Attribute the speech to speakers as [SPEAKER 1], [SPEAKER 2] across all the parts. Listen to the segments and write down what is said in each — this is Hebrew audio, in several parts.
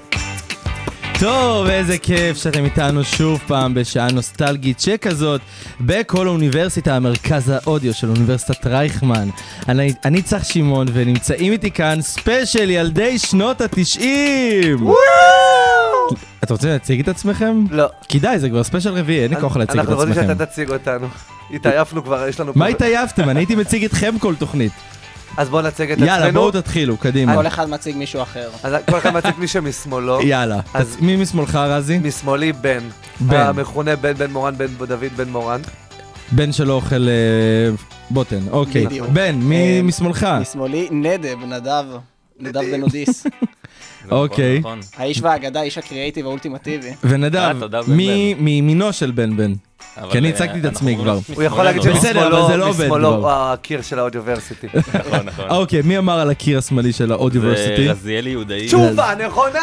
[SPEAKER 1] טוב, איזה כיף שאתם איתנו שוב פעם בשעה נוסטלגית שכזאת בכל האוניברסיטה, המרכז האודיו של אוניברסיטת רייכמן. אני, אני צח שמעון, ונמצאים איתי כאן ספיישל ילדי שנות התשעים! אתם רוצים להציג את עצמכם?
[SPEAKER 2] לא.
[SPEAKER 1] כדאי, זה כבר ספיישל רביעי, אין לי כוח להציג את
[SPEAKER 2] אנחנו רוצים
[SPEAKER 1] עצמכם.
[SPEAKER 2] שאתה תציג אותנו. התעייפנו כבר, יש לנו...
[SPEAKER 1] מה
[SPEAKER 2] פה-
[SPEAKER 1] התעייפתם? אני הייתי מציג אתכם כל תוכנית.
[SPEAKER 2] אז בואו נציג את עצמנו.
[SPEAKER 1] יאללה, בואו תתחילו, קדימה.
[SPEAKER 3] כל אחד מציג מישהו אחר.
[SPEAKER 2] אז כל אחד מציג מי שמשמאלו.
[SPEAKER 1] יאללה.
[SPEAKER 2] אז-
[SPEAKER 1] אז מי משמאלך, רזי?
[SPEAKER 2] משמאלי בן.
[SPEAKER 1] בן.
[SPEAKER 2] המכונה בן בן מורן, בן דוד בן מורן.
[SPEAKER 1] בן שלא אוכל אה, בוטן, אוקיי.
[SPEAKER 3] בדיוק.
[SPEAKER 1] בן, מי
[SPEAKER 3] אה,
[SPEAKER 1] משמאלך?
[SPEAKER 3] משמאלי, נדב, נדב, נדב בן אודיס.
[SPEAKER 4] לא, נכון,
[SPEAKER 1] אוקיי.
[SPEAKER 3] האיש והאגדה, איש הקריאייטיב האולטימטיבי.
[SPEAKER 1] ונדב,
[SPEAKER 4] אה, תודה, בן,
[SPEAKER 1] מי מימינו של בן בן? כי
[SPEAKER 4] אה,
[SPEAKER 1] אני הצגתי את עצמי
[SPEAKER 4] לא
[SPEAKER 1] כבר.
[SPEAKER 2] הוא יכול להגיד
[SPEAKER 1] בסדר, אבל זה לא
[SPEAKER 2] שמשמאלו
[SPEAKER 1] עובד,
[SPEAKER 2] משמאלו
[SPEAKER 1] דרור.
[SPEAKER 2] הוא הקיר של האודיוורסיטי.
[SPEAKER 4] נכון, נכון.
[SPEAKER 1] אוקיי, מי אמר על הקיר השמאלי של האודיוורסיטי?
[SPEAKER 4] רזיאלי יהודאי.
[SPEAKER 2] תשובה נכונה!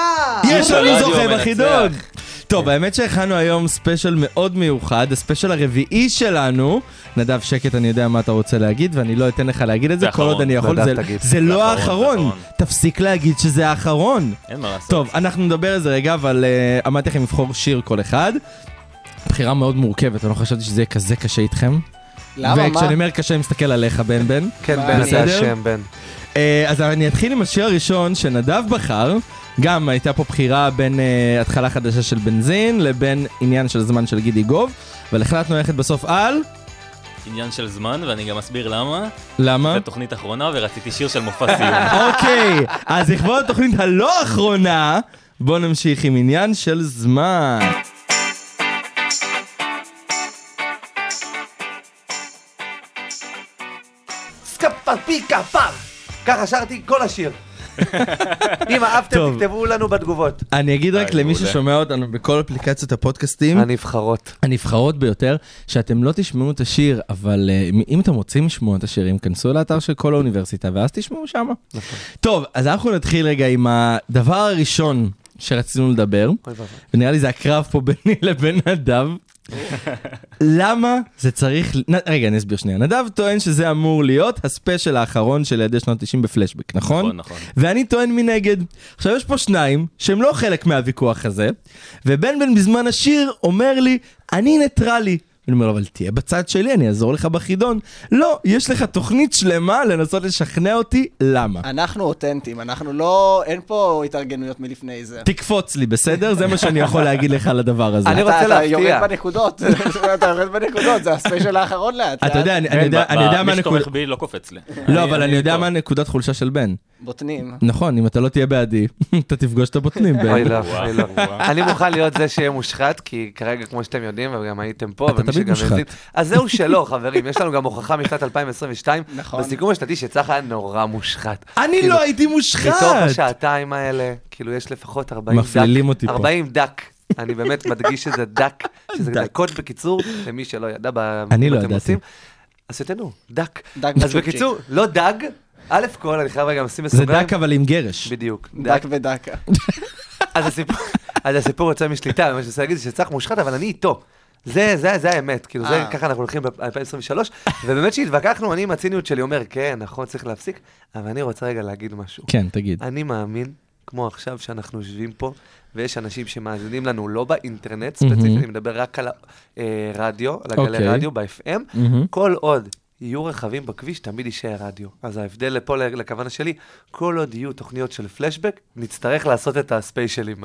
[SPEAKER 1] יש לנו
[SPEAKER 4] רדיו
[SPEAKER 1] זוכה
[SPEAKER 4] מנצח.
[SPEAKER 1] בחידון!
[SPEAKER 4] כן.
[SPEAKER 1] טוב, האמת שהכנו היום ספיישל מאוד מיוחד, הספיישל הרביעי שלנו. נדב שקט, אני יודע מה אתה רוצה להגיד, ואני לא אתן לך להגיד את זה,
[SPEAKER 4] זה
[SPEAKER 1] כל עוד
[SPEAKER 4] האחרון.
[SPEAKER 1] אני יכול.
[SPEAKER 2] נדב,
[SPEAKER 1] זה-
[SPEAKER 2] תגיד.
[SPEAKER 1] זה לא
[SPEAKER 4] זה האחרון, זה
[SPEAKER 1] האחרון.
[SPEAKER 4] האחרון.
[SPEAKER 1] תפסיק להגיד שזה האחרון.
[SPEAKER 4] אין מה לעשות.
[SPEAKER 1] טוב, אנחנו נדבר על זה רגע, אבל אה, אמרתי לכם לבחור שיר כל אחד. בחירה מאוד מורכבת, אני לא חשבתי שזה יהיה כזה קשה איתכם.
[SPEAKER 3] למה? מה?
[SPEAKER 1] וכשאני אומר קשה, אני מסתכל עליך, בן בן.
[SPEAKER 2] כן,
[SPEAKER 3] מה,
[SPEAKER 2] בן זה
[SPEAKER 1] בסדר?
[SPEAKER 2] השם, בן.
[SPEAKER 1] אה, אז אני אתחיל עם השיר הראשון שנדב בחר. גם הייתה פה בחירה בין אה, התחלה חדשה של בנזין לבין עניין של זמן של גידי גוב, אבל החלטנו ללכת בסוף על...
[SPEAKER 4] עניין של זמן, ואני גם אסביר למה.
[SPEAKER 1] למה?
[SPEAKER 4] זו תוכנית אחרונה, ורציתי שיר של מופע סיום.
[SPEAKER 1] אוקיי, אז לכבוד התוכנית הלא אחרונה, בואו נמשיך עם עניין של זמן.
[SPEAKER 2] סקפה פיקה פאר! ככה שרתי כל השיר. אם אהבתם,
[SPEAKER 1] טוב.
[SPEAKER 2] תכתבו לנו בתגובות.
[SPEAKER 1] אני אגיד רק
[SPEAKER 4] די,
[SPEAKER 1] למי
[SPEAKER 4] מעולה.
[SPEAKER 1] ששומע אותנו בכל אפליקציות הפודקאסטים,
[SPEAKER 2] הנבחרות.
[SPEAKER 1] הנבחרות ביותר, שאתם לא תשמעו את השיר, אבל אה, מ- אם אתם רוצים לשמוע את השירים, כנסו לאתר של כל האוניברסיטה ואז תשמעו שמה.
[SPEAKER 2] נכון.
[SPEAKER 1] טוב, אז אנחנו נתחיל רגע עם הדבר הראשון שרצינו לדבר,
[SPEAKER 2] אוי ואבוי.
[SPEAKER 1] ונראה לי זה הקרב פה ביני לבין נדב. למה זה צריך... נ- רגע, אני אסביר שנייה. נדב טוען שזה אמור להיות הספיישל האחרון של ילדי שנות 90 בפלשבק, נכון?
[SPEAKER 4] נכון, נכון.
[SPEAKER 1] ואני טוען מנגד. עכשיו יש פה שניים שהם לא חלק מהוויכוח הזה, ובן בן בזמן השיר אומר לי, אני ניטרלי. אני אומר לו, אבל תהיה בצד שלי, אני אעזור לך בחידון. לא, יש לך תוכנית שלמה לנסות לשכנע אותי למה.
[SPEAKER 3] אנחנו אותנטיים, אנחנו לא... אין פה התארגנויות מלפני זה.
[SPEAKER 1] תקפוץ לי, בסדר? זה מה שאני יכול להגיד לך על הדבר הזה.
[SPEAKER 2] אני
[SPEAKER 3] אתה-
[SPEAKER 2] רוצה
[SPEAKER 3] אתה
[SPEAKER 2] להפתיע.
[SPEAKER 3] יורד בנקודות, אתה יורד בנקודות, זה הספיישל האחרון לאט.
[SPEAKER 1] אתה יודע,
[SPEAKER 3] לאט.
[SPEAKER 1] אני אני יודע אני יודע מה
[SPEAKER 4] מי
[SPEAKER 1] הנקודה...
[SPEAKER 4] שתומך בי לא קופץ לי.
[SPEAKER 1] לא, אבל אני יודע
[SPEAKER 4] טוב.
[SPEAKER 1] מה הנקודת חולשה של בן.
[SPEAKER 3] בוטנים.
[SPEAKER 1] נכון, אם אתה לא תהיה בעדי, אתה תפגוש את הבוטנים,
[SPEAKER 2] אוי
[SPEAKER 1] בן.
[SPEAKER 2] לא,
[SPEAKER 4] וואו,
[SPEAKER 2] אוי לא.
[SPEAKER 4] וואו.
[SPEAKER 2] אני מוכן להיות זה שיהיה מושחת, כי כרגע, כמו שאתם יודעים, וגם הייתם פה,
[SPEAKER 1] אתה
[SPEAKER 2] ומי
[SPEAKER 1] תמיד
[SPEAKER 2] שגם
[SPEAKER 1] מושחת.
[SPEAKER 2] יזיד- אז זהו שלא, חברים, יש לנו גם הוכחה משנת 2022,
[SPEAKER 3] נכון.
[SPEAKER 2] בסיכום השנתי שצחה היה נורא מושחת.
[SPEAKER 1] אני
[SPEAKER 2] כאילו,
[SPEAKER 1] לא הייתי
[SPEAKER 2] מתוך
[SPEAKER 1] מושחת!
[SPEAKER 2] השעתיים האלה, כאילו, יש לפחות 40 דק.
[SPEAKER 1] מפלילים אותי פה.
[SPEAKER 2] 40 דק. אני באמת מדגיש שזה דק, שזה
[SPEAKER 1] דק.
[SPEAKER 2] דקות בקיצור, למי שלא ידע, ב-
[SPEAKER 1] אני לא
[SPEAKER 2] אתם
[SPEAKER 1] ידעתי.
[SPEAKER 2] עושים. אז תתנו, דק.
[SPEAKER 3] דק
[SPEAKER 2] אז
[SPEAKER 3] בצ'ופצ'יק.
[SPEAKER 2] בקיצור, לא דג, א' כל, אני חייב רגע לשים
[SPEAKER 1] זה
[SPEAKER 2] בסוגריים.
[SPEAKER 1] דק אבל עם גרש.
[SPEAKER 2] בדיוק.
[SPEAKER 3] דק ודקה.
[SPEAKER 2] אז הסיפור, אז הסיפור יוצא משליטה, מה שאני רוצה להגיד זה שצח מושחת, אבל אני איתו. זה, זה, זה האמת, כאילו, זה
[SPEAKER 3] אה.
[SPEAKER 2] ככה אנחנו הולכים ב-2023, ובאמת שהתווכחנו, אני עם הציניות שלי אומר, כן, נכון, צריך להפסיק, אבל אני רוצה רגע להגיד משהו.
[SPEAKER 1] כן, תגיד.
[SPEAKER 2] אני מאמין, כמו עכשיו שאנחנו יושבים פה, ויש אנשים שמאזינים לנו לא באינטרנט
[SPEAKER 1] מהמם.
[SPEAKER 2] ספציפית, אני מדבר רק על הרדיו, על הגלי
[SPEAKER 1] אוקיי.
[SPEAKER 2] רדיו, ב-FM,
[SPEAKER 1] מהמם.
[SPEAKER 2] כל עוד יהיו רכבים בכביש, תמיד יישאר רדיו. אז ההבדל לפה, ל- לכוונה שלי, כל עוד יהיו תוכניות של פלשבק, נצטרך לעשות את הספיישלים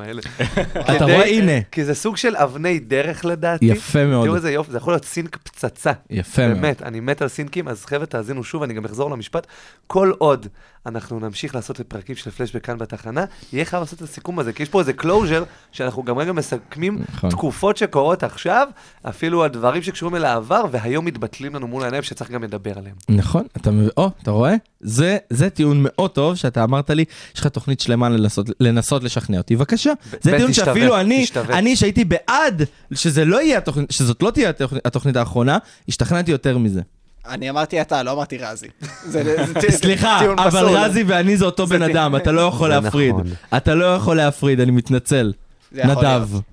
[SPEAKER 2] האלה. כדי-
[SPEAKER 1] רואה? הנה.
[SPEAKER 2] כי זה סוג של אבני דרך לדעתי.
[SPEAKER 1] יפה מאוד.
[SPEAKER 2] תראו איזה יופי, זה יכול להיות סינק פצצה.
[SPEAKER 1] יפה מאוד.
[SPEAKER 2] באמת, אני מת על סינקים, אז חבר'ה תאזינו שוב, אני גם אחזור למשפט. כל עוד אנחנו נמשיך לעשות את פרקים של פלשבק כאן בתחנה, יהיה חייב לעשות את הסיכום הזה, כי יש פה איזה קלוז'ר, שאנחנו גם רגע מסכמים
[SPEAKER 1] נכון.
[SPEAKER 2] תקופות שקורות עכשיו, אפילו הדברים שקשורים אל העבר, והיום מתבטלים לנו מול העיניים שצריך גם לדבר עליהם.
[SPEAKER 1] נכון, אתה מבין, או, אתה רואה? זה, זה טיעון מאוד טוב שאתה אמרת לי, יש לך תוכנית שלמה לנסות, לנסות לשכנע אותי, בבקשה. זה
[SPEAKER 2] ב-
[SPEAKER 1] טיעון
[SPEAKER 2] תשתווה,
[SPEAKER 1] שאפילו אני,
[SPEAKER 2] תשתווה.
[SPEAKER 1] אני שהייתי בעד שזה לא יהיה התוכנית, שזאת לא תהיה התוכ- התוכנית האחרונה, השתכנעתי יותר מזה.
[SPEAKER 3] אני אמרתי אתה, לא אמרתי רזי. זה- זה טיעון-
[SPEAKER 1] סליחה,
[SPEAKER 3] טיעון
[SPEAKER 1] אבל
[SPEAKER 3] פסול.
[SPEAKER 1] רזי ואני זה אותו
[SPEAKER 3] זה
[SPEAKER 1] בן
[SPEAKER 3] טיעון.
[SPEAKER 1] אדם, אתה לא יכול
[SPEAKER 2] זה
[SPEAKER 1] להפריד.
[SPEAKER 2] נכון.
[SPEAKER 1] אתה לא יכול להפריד, אני מתנצל.
[SPEAKER 3] זה יכול
[SPEAKER 1] נדב.
[SPEAKER 3] להיות.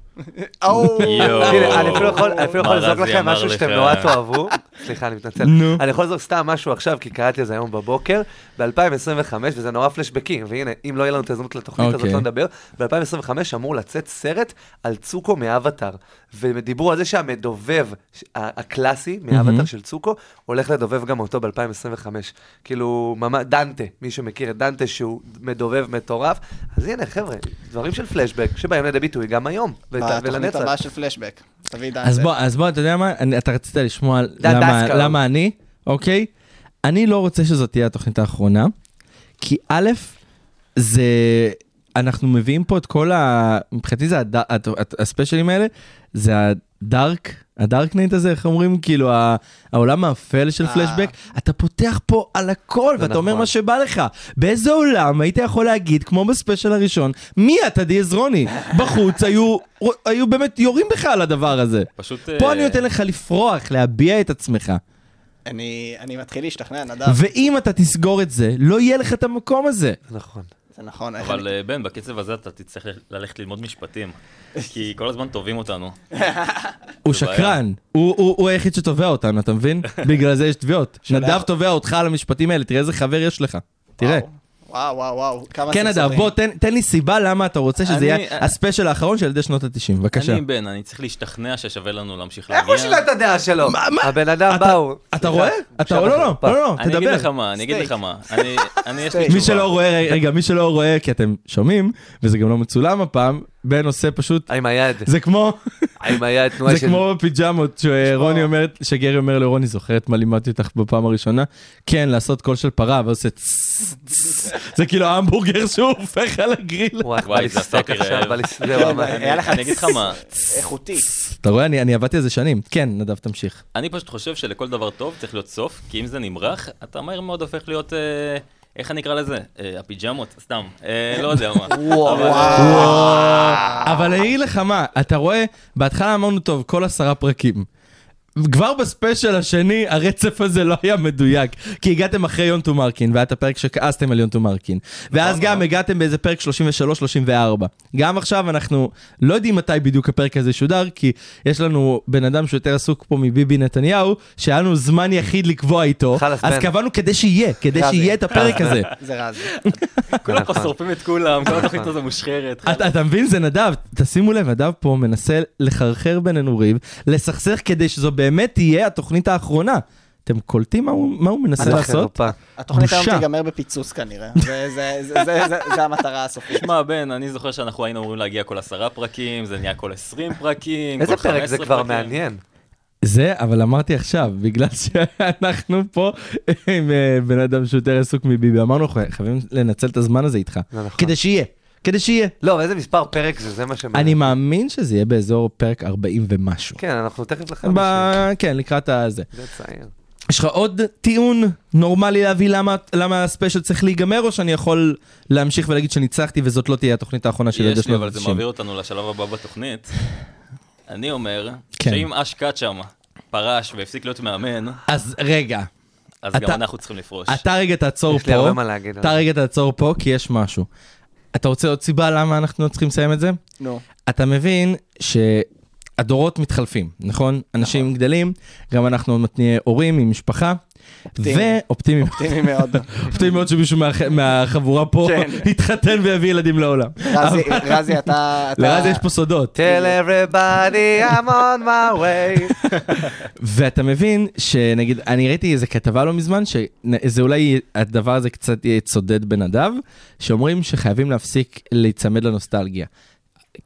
[SPEAKER 3] אוו.
[SPEAKER 4] יואו.
[SPEAKER 2] הנה, אני אפילו יכול- אני אפילו יכול
[SPEAKER 4] מה
[SPEAKER 2] לזרוק
[SPEAKER 4] רזי
[SPEAKER 2] לכם
[SPEAKER 4] אמר
[SPEAKER 2] משהו
[SPEAKER 4] לך?
[SPEAKER 2] שאתם נורא תאהבו. סליחה, אני מתנצל.
[SPEAKER 1] נו.
[SPEAKER 2] אני יכול לזרוק סתם משהו עכשיו, כי קראתי את זה היום בבוקר, ב-2025, וזה נורא פלשבקים, והנה, אם לא יהיה לנו את ההזדמנות לתוכנית הזאת,
[SPEAKER 1] אוקיי.
[SPEAKER 2] לא נדבר. ב-2025 אמור לצאת סרט על צוקו מאבטר, ודיברו על זה שהמדובב ש- ה- הקלאסי
[SPEAKER 1] Mhm.
[SPEAKER 2] מאבטר של צוקו, הולך לדובב גם אותו ב-2025. כאילו, ממש, דנטה, מי שמכיר את דנטה, שהוא מדובב מטורף. אז הנה, חבר'ה, דברים של פלשבק, שבאים לידי ביטוי גם היום, ות-
[SPEAKER 3] בתוכנית
[SPEAKER 2] ולנצח.
[SPEAKER 3] הבאה של פלשבק. תביא דן.
[SPEAKER 1] אז
[SPEAKER 3] זה.
[SPEAKER 1] בוא, אז בוא, אתה יודע מה? אני, אתה רצית לשמוע על
[SPEAKER 2] ד-
[SPEAKER 1] למה,
[SPEAKER 2] דסקאו.
[SPEAKER 1] למה אני, אוקיי? אני לא רוצה שזאת תהיה התוכנית האחרונה, כי א', זה... אנחנו מביאים פה את כל ה... מבחינתי זה הד... הת- הת- הספיישלים האלה, זה הדארק, הדארק נייט הזה, איך אומרים? כאילו, ה... העולם האפל של
[SPEAKER 3] אה.
[SPEAKER 1] פלשבק, אתה פותח פה על הכל, ואתה
[SPEAKER 2] נכון.
[SPEAKER 1] אומר מה שבא לך. באיזה עולם היית יכול להגיד, כמו בספיישל הראשון, מי אתה דיאזרוני? בחוץ היו, היו באמת יורים בך על הדבר הזה.
[SPEAKER 4] פשוט...
[SPEAKER 1] פה
[SPEAKER 4] אה,
[SPEAKER 1] אני נותן לך לפרוח, להביע את עצמך.
[SPEAKER 3] אני אני מתחיל להשתכנע, נדב.
[SPEAKER 1] ואם אתה תסגור את זה, לא יהיה לך את המקום הזה.
[SPEAKER 2] נכון.
[SPEAKER 3] זה נכון. איך
[SPEAKER 4] אבל
[SPEAKER 3] אני-
[SPEAKER 4] אה, בן, בקצב הזה אתה תצטרך ללכת ללמוד משפטים, כי כל הזמן תובעים אותנו.
[SPEAKER 1] הוא
[SPEAKER 4] זה בעיה.
[SPEAKER 1] שקרן, הוא- הוא הוא היחיד שתובע אותנו, אתה מבין? בגלל זה יש תביעות. נדב תובע אותך על המשפטים האלה, תראה איזה חבר יש לך. תראה.
[SPEAKER 3] וואו, וואו, וואו. כמה
[SPEAKER 1] כן, נדב,
[SPEAKER 3] סכסוכים.
[SPEAKER 1] בוא, תן- תן לי סיבה למה אתה רוצה שזה
[SPEAKER 4] אני-
[SPEAKER 1] יהיה הספיישל האחרון של ילדי שנות ה-90, בבקשה.
[SPEAKER 4] אני בן, אני צריך להשתכנע ששווה לנו להמשיך להגיע.
[SPEAKER 2] איך הוא שינה את הדעה שלו?
[SPEAKER 1] מה- מה?
[SPEAKER 2] הבן אדם
[SPEAKER 1] אתה-
[SPEAKER 2] באו.
[SPEAKER 1] אתה רואה? אתה לא, לא, לא, לא, לא,
[SPEAKER 4] אני אגיד לך
[SPEAKER 1] תדבר.
[SPEAKER 4] מה, אני אגיד
[SPEAKER 3] סטייק.
[SPEAKER 4] לך מה. אני, אני יש לי
[SPEAKER 3] סטייק.
[SPEAKER 4] תשובה.
[SPEAKER 1] מי שלא רואה, רגע, מי שלא רואה, כי אתם שומעים, וזה גם לא מצולם הפעם, בן עושה פשוט,
[SPEAKER 2] עם היד,
[SPEAKER 1] זה כמו...
[SPEAKER 2] עם היד, תנועה
[SPEAKER 1] זה
[SPEAKER 2] של...
[SPEAKER 1] כמו בפיג'מות שרוני
[SPEAKER 3] כמו-
[SPEAKER 1] אומרת, שגרי אומר לרוני, זוכרת מה לימדתי אותך בפעם הראשונה? כן, לעשות קול של פרה, ואז עושה צס, צס. זה כאילו ההמבורגר שהוא הופך על הגריל.
[SPEAKER 2] וואי, איך בא
[SPEAKER 4] וואי,
[SPEAKER 2] לי
[SPEAKER 4] זה
[SPEAKER 2] סטייק
[SPEAKER 4] הסאקר
[SPEAKER 2] עכשיו,
[SPEAKER 1] אה.
[SPEAKER 2] לא
[SPEAKER 4] רעב.
[SPEAKER 2] בא לי... זהו,
[SPEAKER 4] אה,
[SPEAKER 2] אמר-
[SPEAKER 3] היה לך
[SPEAKER 4] אני אגיד לך מה,
[SPEAKER 3] איכותי.
[SPEAKER 1] אתה רואה, אני אני עבדתי על זה שנים. כן, נדב, תמשיך.
[SPEAKER 4] אני פשוט חושב שלכל דבר טוב צריך להיות סוף, כי אם זה נמרח, אתה מהר מאוד הופך להיות, אה, איך אני אקרא לזה? אה, הפיג'מות, סתם, אה, לא יודע מה. אבל-
[SPEAKER 1] אבל אני אגיד לך מה, אתה רואה, בהתחלה אמרנו, טוב, כל עשרה פרקים. כבר בספיישל השני, הרצף הזה לא היה מדויק, כי הגעתם אחרי יונטו מרקין, והיה את הפרק שכעסתם על יונטו מרקין.
[SPEAKER 2] נכון
[SPEAKER 1] ואז גם הגעתם באיזה פרק 33-34. גם עכשיו אנחנו לא יודעים מתי בדיוק הפרק הזה שודר, כי יש לנו בן אדם שיותר עסוק פה מביבי נתניהו, שהיה לנו זמן יחיד לקבוע איתו,
[SPEAKER 2] חלאס,
[SPEAKER 1] אז
[SPEAKER 2] בן.
[SPEAKER 1] קבענו כדי שיהיה, כדי
[SPEAKER 3] חלאס,
[SPEAKER 1] שיהיה את הפרק הזה.
[SPEAKER 3] זה רזי.
[SPEAKER 4] כולם פה
[SPEAKER 2] נכון.
[SPEAKER 4] שורפים את כולם, כל התוכנית הזו מושחרת.
[SPEAKER 1] אתה, אתה מבין? זה נדב, תשימו לב, נדב פה מנסה לחרחר בינינו ריב, לסכסך כדי שזו באמת תהיה התוכנית האחרונה. אתם קולטים מה הוא, מה הוא מנסה
[SPEAKER 2] אתה
[SPEAKER 1] לעשות?
[SPEAKER 2] חרפה.
[SPEAKER 3] התוכנית היום
[SPEAKER 1] בושה.
[SPEAKER 3] תיגמר בפיצוץ כנראה. זה- זה- זה- זה- זה- זה המטרה הסופית.
[SPEAKER 4] תשמע, בן, אני זוכר שאנחנו היינו אמורים להגיע כל עשרה פרקים, זה נהיה כל עשרים פרקים,
[SPEAKER 2] איזה
[SPEAKER 4] כל חמש
[SPEAKER 2] פרק זה
[SPEAKER 4] עשרה
[SPEAKER 2] כבר
[SPEAKER 4] פרקים.
[SPEAKER 2] מעניין.
[SPEAKER 1] זה, אבל אמרתי עכשיו, בגלל שאנחנו פה עם אה, בן אדם שהוא יותר עסוק מביבי, אמרנו, "חו- חייבים לנצל את הזמן הזה איתך.
[SPEAKER 2] זה נכון.
[SPEAKER 1] כדי שיהיה, כדי שיהיה.
[SPEAKER 2] לא, אבל איזה מספר פרק זה, זה מה ש...
[SPEAKER 1] אני מאמין שזה יהיה באזור פרק 40 ומשהו.
[SPEAKER 2] כן, אנחנו תכף לך...
[SPEAKER 1] ב- כן, לקראת הזה.
[SPEAKER 2] זה צעיר.
[SPEAKER 1] יש לך עוד טיעון נורמלי להביא למה, למה הספיישל צריך להיגמר, או שאני יכול להמשיך ולהגיד שניצחתי וזאת לא תהיה התוכנית האחרונה של ילדי
[SPEAKER 4] יש לי,
[SPEAKER 1] שנות
[SPEAKER 4] אבל זה
[SPEAKER 1] ה-90?
[SPEAKER 4] מעביר אותנו לשלב הבא בתוכנית. אני אומר,
[SPEAKER 1] כן.
[SPEAKER 4] שאם אש קאט שם פרש והפסיק להיות מאמן,
[SPEAKER 1] אז רגע,
[SPEAKER 4] אז
[SPEAKER 1] אתה-
[SPEAKER 4] גם אנחנו צריכים לפרוש.
[SPEAKER 1] אתה רגע תעצור
[SPEAKER 2] יש לי הרבה מה
[SPEAKER 1] פה,
[SPEAKER 2] להגיד. על
[SPEAKER 1] אתה
[SPEAKER 2] זה.
[SPEAKER 1] רגע תעצור פה, כי יש משהו. אתה רוצה עוד סיבה למה אנחנו לא צריכים לסיים את זה?
[SPEAKER 3] נו.
[SPEAKER 1] אתה מבין שהדורות מתחלפים, נכון? אנשים גדלים, גם אנחנו עוד מעט נהיה הורים עם משפחה,
[SPEAKER 3] אופטימי.
[SPEAKER 1] ואופטימיים.
[SPEAKER 3] אופטימי מאוד.
[SPEAKER 1] אופטימי מאוד שמישהו מה- מהחבורה פה
[SPEAKER 3] כן. אה,
[SPEAKER 1] יתחתן ויביא ילדים לעולם.
[SPEAKER 3] רזי- רזי, אתה... אתה-
[SPEAKER 1] לרז יש פה סודות.
[SPEAKER 2] Tell everybody I'm on my way.
[SPEAKER 1] ואתה מבין שנגיד, אני ראיתי איזה כתבה לא מזמן, שזה אולי הדבר הזה קצת יצודד בנדב, שאומרים שחייבים להפסיק להיצמד לנוסטלגיה.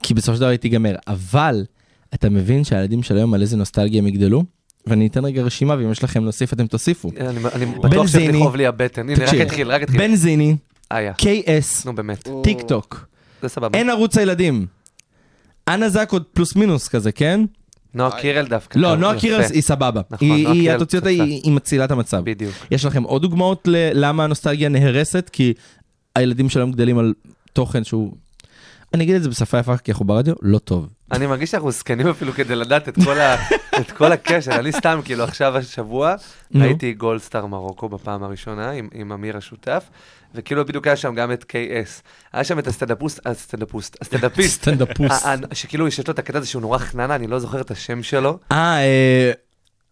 [SPEAKER 1] כי בסופו של דבר היא תיגמר. אבל אתה מבין שהילדים של היום על איזה נוסטלגיה הם יגדלו? ואני אתן רגע רשימה, ואם יש לכם להוסיף אתם תוסיפו.
[SPEAKER 2] אני אני בטוח
[SPEAKER 1] זיני.
[SPEAKER 2] שתכאוב לי הבטן. הנה, רק
[SPEAKER 1] תקשיב.
[SPEAKER 2] התחיל, רק התחיל.
[SPEAKER 1] בן זיני,
[SPEAKER 2] איה.
[SPEAKER 1] KS,
[SPEAKER 2] נו, באמת.
[SPEAKER 1] טיק טוק,
[SPEAKER 2] זה סבבה.
[SPEAKER 1] אין ערוץ הילדים. אנה זק עוד פלוס מינוס כזה, כן?
[SPEAKER 2] נועה קירל דווקא.
[SPEAKER 1] לא, נועה
[SPEAKER 2] נכון, יפה.
[SPEAKER 1] קירל היא סבבה.
[SPEAKER 2] נכון,
[SPEAKER 1] היא,
[SPEAKER 2] נועה
[SPEAKER 1] היא-
[SPEAKER 2] קירל
[SPEAKER 1] את הוציא אותה, היא היא מצילה את המצב.
[SPEAKER 2] בדיוק.
[SPEAKER 1] יש לכם עוד דוגמאות ל- למה הנוסטלגיה נהרסת? כי הילדים שלנו גדלים על תוכן שהוא... אני אגיד את זה בשפה יפה כי אנחנו ברדיו, לא טוב.
[SPEAKER 2] אני מרגיש שאנחנו זקנים אפילו כדי לדעת את כל ה- את כל הקשר. אני סתם, כאילו, עכשיו השבוע
[SPEAKER 1] נו.
[SPEAKER 2] ראיתי גולדסטאר מרוקו בפעם הראשונה עם- עם אמיר השותף, וכאילו בדיוק היה שם גם את KS. היה שם את הסטנדאפוסט, הסטנדאפוסט, הסטנדאפיסט.
[SPEAKER 1] סטנדאפוס.
[SPEAKER 2] ה- ה- שכאילו יש לו את הקטע הזה שהוא נורא חננה, אני לא זוכר את השם שלו.
[SPEAKER 1] אה, אה,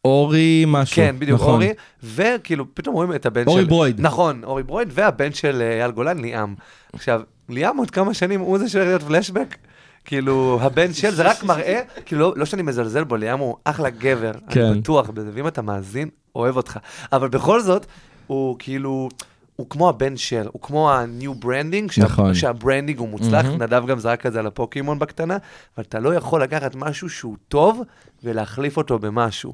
[SPEAKER 1] אורי משהו.
[SPEAKER 2] כן, בדיוק,
[SPEAKER 1] נכון.
[SPEAKER 2] אורי, וכאילו, פתאום רואים את הבן של...
[SPEAKER 1] אורי ברויד.
[SPEAKER 2] נכון, אורי ברויד, והבן של אה, אייל גולן, ליאם. עכשיו, ליאם עוד כמה שנים הוא זה שהולך להיות פלשבק. כאילו, הבן של, זה רק מראה, כאילו, לא, לא שאני מזלזל בו, ליאם הוא אחלה גבר,
[SPEAKER 1] כן.
[SPEAKER 2] אני בטוח בזה, ואם אתה מאזין, אוהב אותך. אבל בכל זאת, הוא כאילו, הוא כמו הבן של, הוא כמו ה-new branding, שה-
[SPEAKER 1] נכון.
[SPEAKER 2] שהברנדינג הוא מוצלח, נדב גם זרק את זה על הפוקימון בקטנה, אבל אתה לא יכול לקחת משהו שהוא טוב ולהחליף אותו במשהו.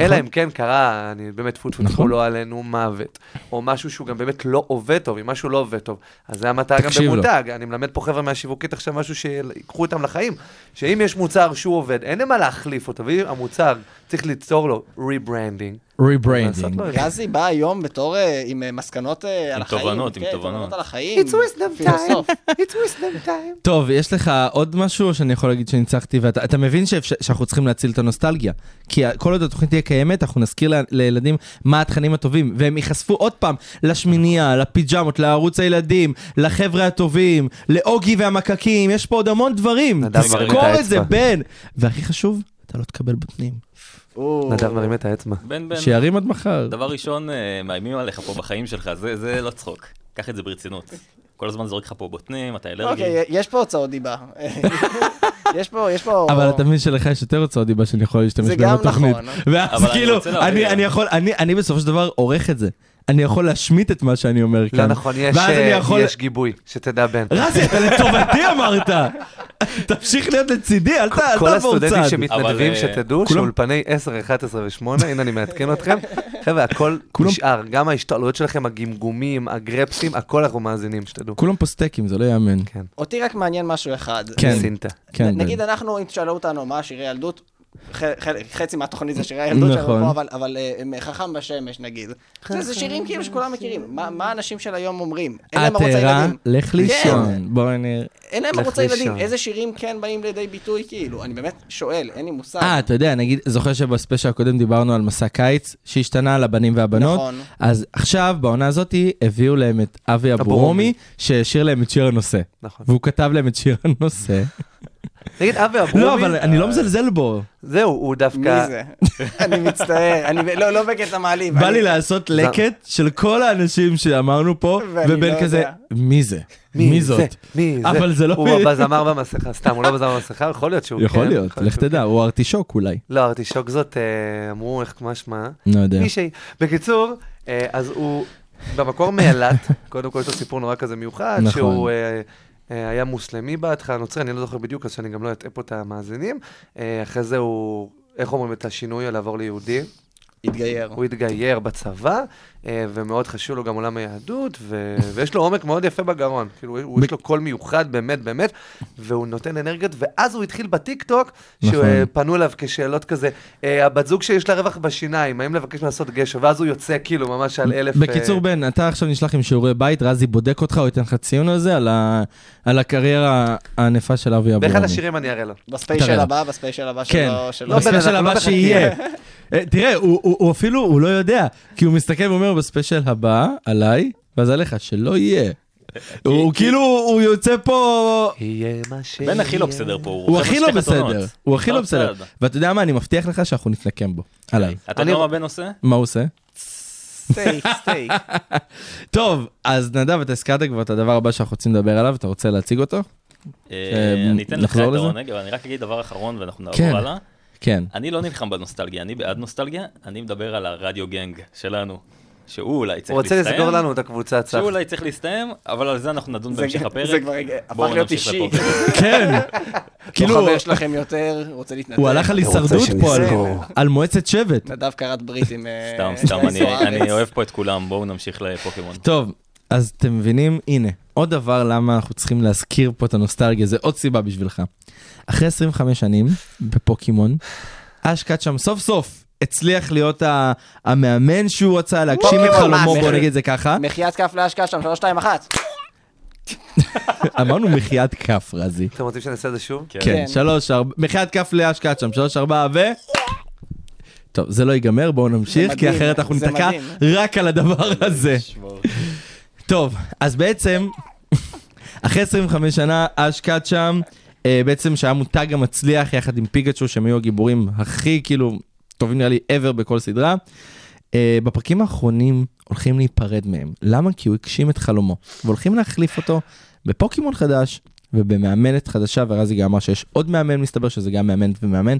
[SPEAKER 2] אלא אם כן קרה, אני באמת טפו טפו טפו
[SPEAKER 1] נכון.
[SPEAKER 2] לא עלינו מוות, או משהו שהוא גם באמת לא עובד טוב, אם משהו לא עובד טוב, אז זה המטרה גם
[SPEAKER 1] תקשיב לו.
[SPEAKER 2] במותג, אני מלמד פה חבר'ה מהשיווקית עכשיו משהו שיקחו אותם לחיים, שאם יש מוצר שהוא עובד, אין למה להחליף אותו, ואם המוצר צריך ליצור לו ריברנדינג. לעשות
[SPEAKER 1] ריברנדינג.
[SPEAKER 2] לו את זה.
[SPEAKER 3] גזי בא היום בתור אה, עם אה, מסקנות אה, על החיים.
[SPEAKER 4] תובנות, עם
[SPEAKER 3] כן,
[SPEAKER 4] תובנות.
[SPEAKER 3] על החיים.
[SPEAKER 2] It's wisdom
[SPEAKER 3] פילוסוף.
[SPEAKER 2] time, it's wisdom time.
[SPEAKER 1] טוב, יש לך עוד משהו שאני יכול להגיד שניצחתי, ואתה אתה מבין שאפשר, שאנחנו צריכים להציל את הנוסטלגיה. כי ה- כל עוד התוכנית תהיה קיימת, אנחנו נזכיר ל, לילדים מה התכנים הטובים, והם ייחשפו עוד פעם לשמינייה, לפיג'מות, לערוץ הילדים, לחבר'ה הטובים, לאוגי והמקקים, יש פה עוד המון דברים.
[SPEAKER 2] נדב מרים את
[SPEAKER 1] תזכור את זה,
[SPEAKER 2] האצבע.
[SPEAKER 1] בן. והכי חשוב, אתה לא תקבל בוטנים.
[SPEAKER 3] או,
[SPEAKER 2] נדב מרים את האצבע.
[SPEAKER 4] בן בן,
[SPEAKER 1] שירים עד מחר.
[SPEAKER 4] דבר ראשון, אה, מאיימים עליך פה בחיים שלך, זה- זה לא צחוק. קח את זה ברצינות. כל הזמן זורק לך פה בוטנים, אתה אלרגי.
[SPEAKER 3] אוקיי, יש פה הוצאות דיבה. יש פה, יש פה...
[SPEAKER 1] אבל אתה מבין שלך יש יותר הוצאות דיבה שאני יכול להשתמש
[SPEAKER 3] זה
[SPEAKER 1] בהן
[SPEAKER 3] גם
[SPEAKER 1] בתוכנית.
[SPEAKER 3] נכון.
[SPEAKER 1] ואז
[SPEAKER 4] אבל אני
[SPEAKER 1] כאילו,
[SPEAKER 4] רוצה להבין.
[SPEAKER 1] אני אני יכול, אני אני בסופו של דבר עורך את זה. אני יכול להשמיט את מה שאני אומר כאן.
[SPEAKER 2] לא נכון, יש
[SPEAKER 1] ואז אני
[SPEAKER 2] אה,
[SPEAKER 1] יכול...
[SPEAKER 2] יש גיבוי, שתדע בן.
[SPEAKER 1] רזי, אתה לטובתי אמרת. תמשיך להיות לצידי, אל ת- אל
[SPEAKER 2] כל
[SPEAKER 1] תעבור
[SPEAKER 2] הסטודנטים
[SPEAKER 1] צעד.
[SPEAKER 4] אבל,
[SPEAKER 2] שמתנדבים,
[SPEAKER 4] אה,
[SPEAKER 2] שתדעו
[SPEAKER 1] כולם-
[SPEAKER 2] שאולפני 10, 11 ו-8, הנה אני מעדכן אתכם, חבר'ה, הכל
[SPEAKER 1] כולם-
[SPEAKER 2] נשאר, גם ההשתעלויות שלכם, הגמגומים, הגרפסים, הכל אנחנו מאזינים, שתדעו.
[SPEAKER 1] כולם פה סטייקים, זה לא יאמן.
[SPEAKER 2] כן,
[SPEAKER 3] אותי רק מעניין משהו אחד.
[SPEAKER 1] כן.
[SPEAKER 2] סינטה.
[SPEAKER 1] כן, בן.
[SPEAKER 3] נגיד אנחנו, אם תשאלו אותנו מה שירי ילדות, ח- חלק- חצי מהתוכנית זה שירי הילדות
[SPEAKER 1] נכון.
[SPEAKER 3] שלנו פה, אבל- אבל אה, הם חכם בשמש נגיד. זה זה שירים כאילו שכולם מכירים. מה- מה האנשים של היום אומרים? אין להם
[SPEAKER 1] את
[SPEAKER 3] ערוץ
[SPEAKER 1] ערה,
[SPEAKER 3] הילדים.
[SPEAKER 1] לך
[SPEAKER 3] כן.
[SPEAKER 1] לישון. בואי נראה.
[SPEAKER 3] אין להם
[SPEAKER 2] לך
[SPEAKER 3] ערוץ הילדים.
[SPEAKER 2] לישון.
[SPEAKER 3] איזה שירים כן באים לידי ביטוי כאילו? אני באמת שואל, אין לי מושג.
[SPEAKER 1] אה, אתה יודע, נגיד, זוכר שבספיישל הקודם דיברנו על מסע קיץ, שהשתנה לבנים והבנות?
[SPEAKER 3] נכון.
[SPEAKER 1] אז עכשיו, בעונה הזאת, הביאו להם את אבי אברומי,
[SPEAKER 2] אברומי.
[SPEAKER 1] שהשאיר להם את שיר הנושא.
[SPEAKER 2] נכון.
[SPEAKER 1] והוא כתב להם את שיר הנושא.
[SPEAKER 2] נגיד אבי
[SPEAKER 1] לא,
[SPEAKER 2] אברומי,
[SPEAKER 1] אבל אני לא מזלזל בו.
[SPEAKER 2] זהו, הוא
[SPEAKER 3] מי
[SPEAKER 2] דווקא...
[SPEAKER 3] זה? אני מצטער, אני לא- לא בקטע מעליב.
[SPEAKER 1] בא
[SPEAKER 3] אני-
[SPEAKER 1] לי לעשות לקט של כל האנשים שאמרנו פה,
[SPEAKER 3] ואני
[SPEAKER 1] ובן
[SPEAKER 3] לא
[SPEAKER 1] כזה,
[SPEAKER 3] יודע.
[SPEAKER 1] מי זה?
[SPEAKER 2] מי
[SPEAKER 1] מי
[SPEAKER 2] זה?
[SPEAKER 1] זאת?
[SPEAKER 2] מי זה?
[SPEAKER 1] אבל זה לא...
[SPEAKER 2] הוא הבזמר במסכה, סתם, הוא לא בזמר במסכה, יכול להיות שהוא...
[SPEAKER 1] יכול
[SPEAKER 2] כן,
[SPEAKER 1] להיות,
[SPEAKER 2] להיות
[SPEAKER 1] לך תדע, הוא ארטישוק אולי.
[SPEAKER 2] לא, ארטישוק זאת, אה, אמרו איך, מה שמה?
[SPEAKER 1] לא יודע.
[SPEAKER 2] מישהי. בקיצור, אה, אז הוא במקור מאילת, קודם כל יש לו סיפור נורא כזה מיוחד,
[SPEAKER 1] נכון.
[SPEAKER 2] שהוא אה, אה, היה מוסלמי בהתחלה, נוצרי, אני לא זוכר בדיוק, אז שאני גם לא אטעה פה את המאזינים. אה, אחרי זה הוא, איך אומרים את השינוי, לעבור ליהודי.
[SPEAKER 3] התגייר.
[SPEAKER 2] הוא התגייר בצבא, אה, ומאוד חשוב לו גם עולם היהדות, ו... ויש לו עומק מאוד יפה בגרון. כאילו, הוא- יש לו קול מיוחד, באמת, באמת, והוא נותן אנרגיות, ואז הוא התחיל בטיקטוק,
[SPEAKER 1] נכון.
[SPEAKER 2] שפנו אליו כשאלות כזה, אה, הבת זוג שיש לה רווח בשיניים, האם לבקש לעשות גשר? ואז הוא יוצא כאילו ממש על אלף... אה,
[SPEAKER 1] בקיצור, בן, אתה עכשיו נשלח עם שיעורי בית, רזי בודק אותך, הוא ייתן לך ציון על זה, על ה- על הקריירה הענפה של אבי אברומי.
[SPEAKER 2] באחד השירים אני אראה לו.
[SPEAKER 1] תראה
[SPEAKER 3] בספיישל
[SPEAKER 1] לה.
[SPEAKER 3] הבא, בספיישל הבא
[SPEAKER 1] כן,
[SPEAKER 3] שלו. שלו.
[SPEAKER 2] לא, בן,
[SPEAKER 1] בספיישל
[SPEAKER 2] אנחנו לא
[SPEAKER 1] הבא
[SPEAKER 2] מחכים.
[SPEAKER 1] שיהיה. אה, תראה, הוא- הוא הוא אפילו, הוא לא יודע, כי הוא מסתכל ואומר, בספיישל הבא, עליי, ואז עליך, שלא יהיה. הוא כאילו, הוא יוצא פה...
[SPEAKER 2] יהיה מה שיהיה.
[SPEAKER 4] בן הכי לא בסדר פה, הוא
[SPEAKER 1] הוא
[SPEAKER 4] רוכב
[SPEAKER 1] הכי
[SPEAKER 4] על
[SPEAKER 1] לא
[SPEAKER 4] שתי חתונות.
[SPEAKER 1] בסדר, הוא הכי לא
[SPEAKER 4] לא
[SPEAKER 1] בסדר.
[SPEAKER 4] בסדר.
[SPEAKER 1] ואתה יודע מה, אני מבטיח לך שאנחנו נתנקם בו, עליי.
[SPEAKER 4] אתה
[SPEAKER 2] אני-
[SPEAKER 4] יודע מה בן עושה?
[SPEAKER 1] מה הוא עושה?
[SPEAKER 3] סטייק, סטייק.
[SPEAKER 1] טוב, אז נדב, אתה הזכרת כבר את הדבר הבא שאנחנו רוצים לדבר עליו, אתה רוצה להציג אותו?
[SPEAKER 4] אה,
[SPEAKER 1] אה,
[SPEAKER 4] אני אתן לך את
[SPEAKER 1] נחזור לזה?
[SPEAKER 4] העונג, אבל אני רק אגיד דבר אחרון ואנחנו נעבור
[SPEAKER 1] כן.
[SPEAKER 4] הלאה.
[SPEAKER 1] כן.
[SPEAKER 4] אני לא נלחם בנוסטלגיה, אני בעד נוסטלגיה, אני מדבר על הרדיו גנג שלנו. שהוא אולי צריך
[SPEAKER 2] הוא רוצה
[SPEAKER 4] להסתיים.
[SPEAKER 2] לסגור לנו את הקבוצה, צח.
[SPEAKER 4] שהוא אולי צריך להסתיים, אבל על זה אנחנו נדון
[SPEAKER 3] זה-
[SPEAKER 4] בהמשך הפרק.
[SPEAKER 3] זה כבר הפך
[SPEAKER 4] בואו
[SPEAKER 3] להיות
[SPEAKER 4] נמשיך
[SPEAKER 3] אישי.
[SPEAKER 4] לפרק.
[SPEAKER 1] כן,
[SPEAKER 3] כאילו... לא
[SPEAKER 1] כאילו,
[SPEAKER 3] חבר שלכם יותר, רוצה להתנתק.
[SPEAKER 1] הוא הלך על
[SPEAKER 2] רוצה
[SPEAKER 1] הישרדות פה, על-
[SPEAKER 2] שנזכור.
[SPEAKER 1] על מועצת שבט.
[SPEAKER 3] נדב כרת ברית עם... אה,
[SPEAKER 4] סתם, סתם, אני-
[SPEAKER 3] זוארץ.
[SPEAKER 4] אני אוהב פה את כולם, בואו נמשיך לפוקימון.
[SPEAKER 1] טוב, אז אתם מבינים? הנה, עוד דבר למה אנחנו צריכים להזכיר פה את הנוסטלגיה, זה עוד סיבה בשבילך. אחרי 25 שנים בפוקימון, אש קאטשם סוף סוף הצליח להיות ה- המאמן שהוא רצה, להגשים את
[SPEAKER 3] פוקימון,
[SPEAKER 1] חלומו,
[SPEAKER 3] מה,
[SPEAKER 1] בוא
[SPEAKER 3] מח-
[SPEAKER 1] נגיד את זה ככה.
[SPEAKER 3] מחיית כף להשקעה שם, 3, 2, 1.
[SPEAKER 1] אמרנו מחיית כף, רזי.
[SPEAKER 2] אתם רוצים שאני אעשה את זה שוב?
[SPEAKER 1] כן, שלוש, ארבע, מחיית כף לאש קאטשם, שלוש, ארבע, ו... טוב, זה לא ייגמר, בואו נמשיך, כי
[SPEAKER 3] מדהים,
[SPEAKER 1] אחרת אנחנו
[SPEAKER 3] זה
[SPEAKER 1] ניתקע
[SPEAKER 3] מדהים.
[SPEAKER 1] רק על הדבר הזה. טוב, אז בעצם, אחרי 25 שנה, אש קאטשם, אה, בעצם שהיה מותג המצליח יחד עם פיגאצ'ו, שהם היו הגיבורים הכי, כאילו, טובים נראה לי ever בכל סדרה. אה, בפרקים האחרונים הולכים להיפרד מהם. למה? כי הוא הגשים את חלומו. והולכים להחליף אותו בפוקימון חדש ובמאמנת חדשה, ורזי גם אמר שיש עוד מאמן, מסתבר שזה גם מאמנת ומאמן.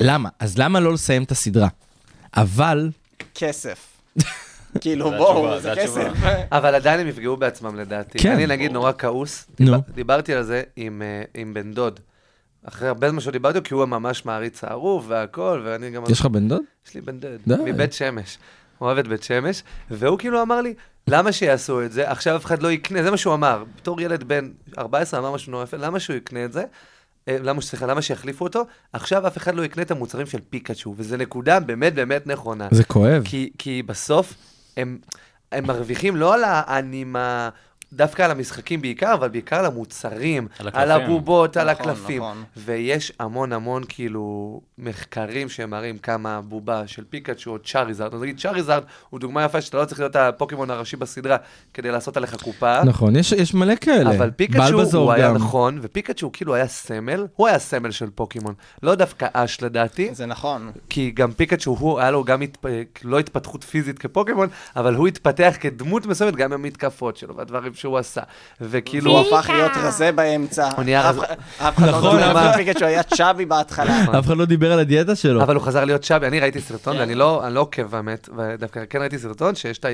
[SPEAKER 1] למה? אז למה לא לסיים את הסדרה? אבל
[SPEAKER 3] כסף. כאילו,
[SPEAKER 4] זה
[SPEAKER 3] בואו,
[SPEAKER 4] התשובה,
[SPEAKER 3] זה
[SPEAKER 4] זה התשובה.
[SPEAKER 3] כסף.
[SPEAKER 2] אבל עדיין הם יפגעו בעצמם לדעתי.
[SPEAKER 1] כן.
[SPEAKER 2] כן. אני נגיד נורא כעוס,
[SPEAKER 1] נו.
[SPEAKER 2] דיב- דיברתי על זה עם, אה, עם בן דוד. אחרי הרבה זמן שדיברתי, כי הוא ממש מעריץ הערוב והכל, ואני גם...
[SPEAKER 1] יש לך בן דוד?
[SPEAKER 2] יש לי בן דוד,
[SPEAKER 1] די.
[SPEAKER 2] מבית שמש. הוא אוהב את בית שמש, והוא כאילו אמר לי, למה שיעשו את זה? עכשיו אף אחד לא יקנה, זה מה שהוא אמר. בתור ילד בן 14 אמר משהו נורא יפה, למה שהוא יקנה את זה? אה, למה, סליחה, למה שיחליפו אותו? עכשיו אף אחד לא יקנה את המוצרים של פיקאצ'ו, וזו נקודה באמת באמת נכונה.
[SPEAKER 1] זה כואב.
[SPEAKER 2] כי, כי בסוף הם, הם מרוויחים לא על האנימה, דווקא על המשחקים בעיקר, אבל בעיקר על המוצרים, על,
[SPEAKER 4] על
[SPEAKER 2] על
[SPEAKER 4] הקלפים.
[SPEAKER 2] הבובות, על
[SPEAKER 3] נכון,
[SPEAKER 2] הקלפים.
[SPEAKER 3] נכון.
[SPEAKER 2] ויש המון המון כאילו מחקרים שמראים כמה הבובה של פיקאצ'ו או צ'אריזארד, אז נגיד צ'אריזארד הוא דוגמה יפה שאתה לא צריך להיות הפוקימון הראשי בסדרה כדי לעשות עליך קופה.
[SPEAKER 1] נכון, יש- יש מלא כאלה.
[SPEAKER 2] אבל פיקאצ'ו
[SPEAKER 1] בלבזור
[SPEAKER 2] הוא היה
[SPEAKER 1] גם.
[SPEAKER 2] נכון, ופיקאצ'ו כאילו היה סמל, הוא היה סמל של פוקימון, לא דווקא אש לדעתי.
[SPEAKER 3] זה נכון.
[SPEAKER 2] כי גם פיקאצ'ו, הוא, היה לו גם התפ... לא התפתחות פיזית כפוקימון, אבל הוא התפתח כדמות מסוימת גם עם המתקפות שלו והדברים שהוא עשה. וכאילו,
[SPEAKER 3] הוא הפך להיות רזה באמצע.
[SPEAKER 2] הוא נהיה
[SPEAKER 3] אף-
[SPEAKER 2] רזה.
[SPEAKER 3] אף אחד לא
[SPEAKER 1] נכון,
[SPEAKER 3] מדבר
[SPEAKER 1] אבל-
[SPEAKER 3] על פיקאצ'ו, היה צ'אבי בהתחלה.
[SPEAKER 1] אף אחד לא דיבר על הדיאטה שלו.
[SPEAKER 2] אבל הוא חזר להיות שבי, אני ראיתי סרטון, ואני לא אני לא עוקב האמת, ודווקא כן ראיתי סרטון שיש את ה...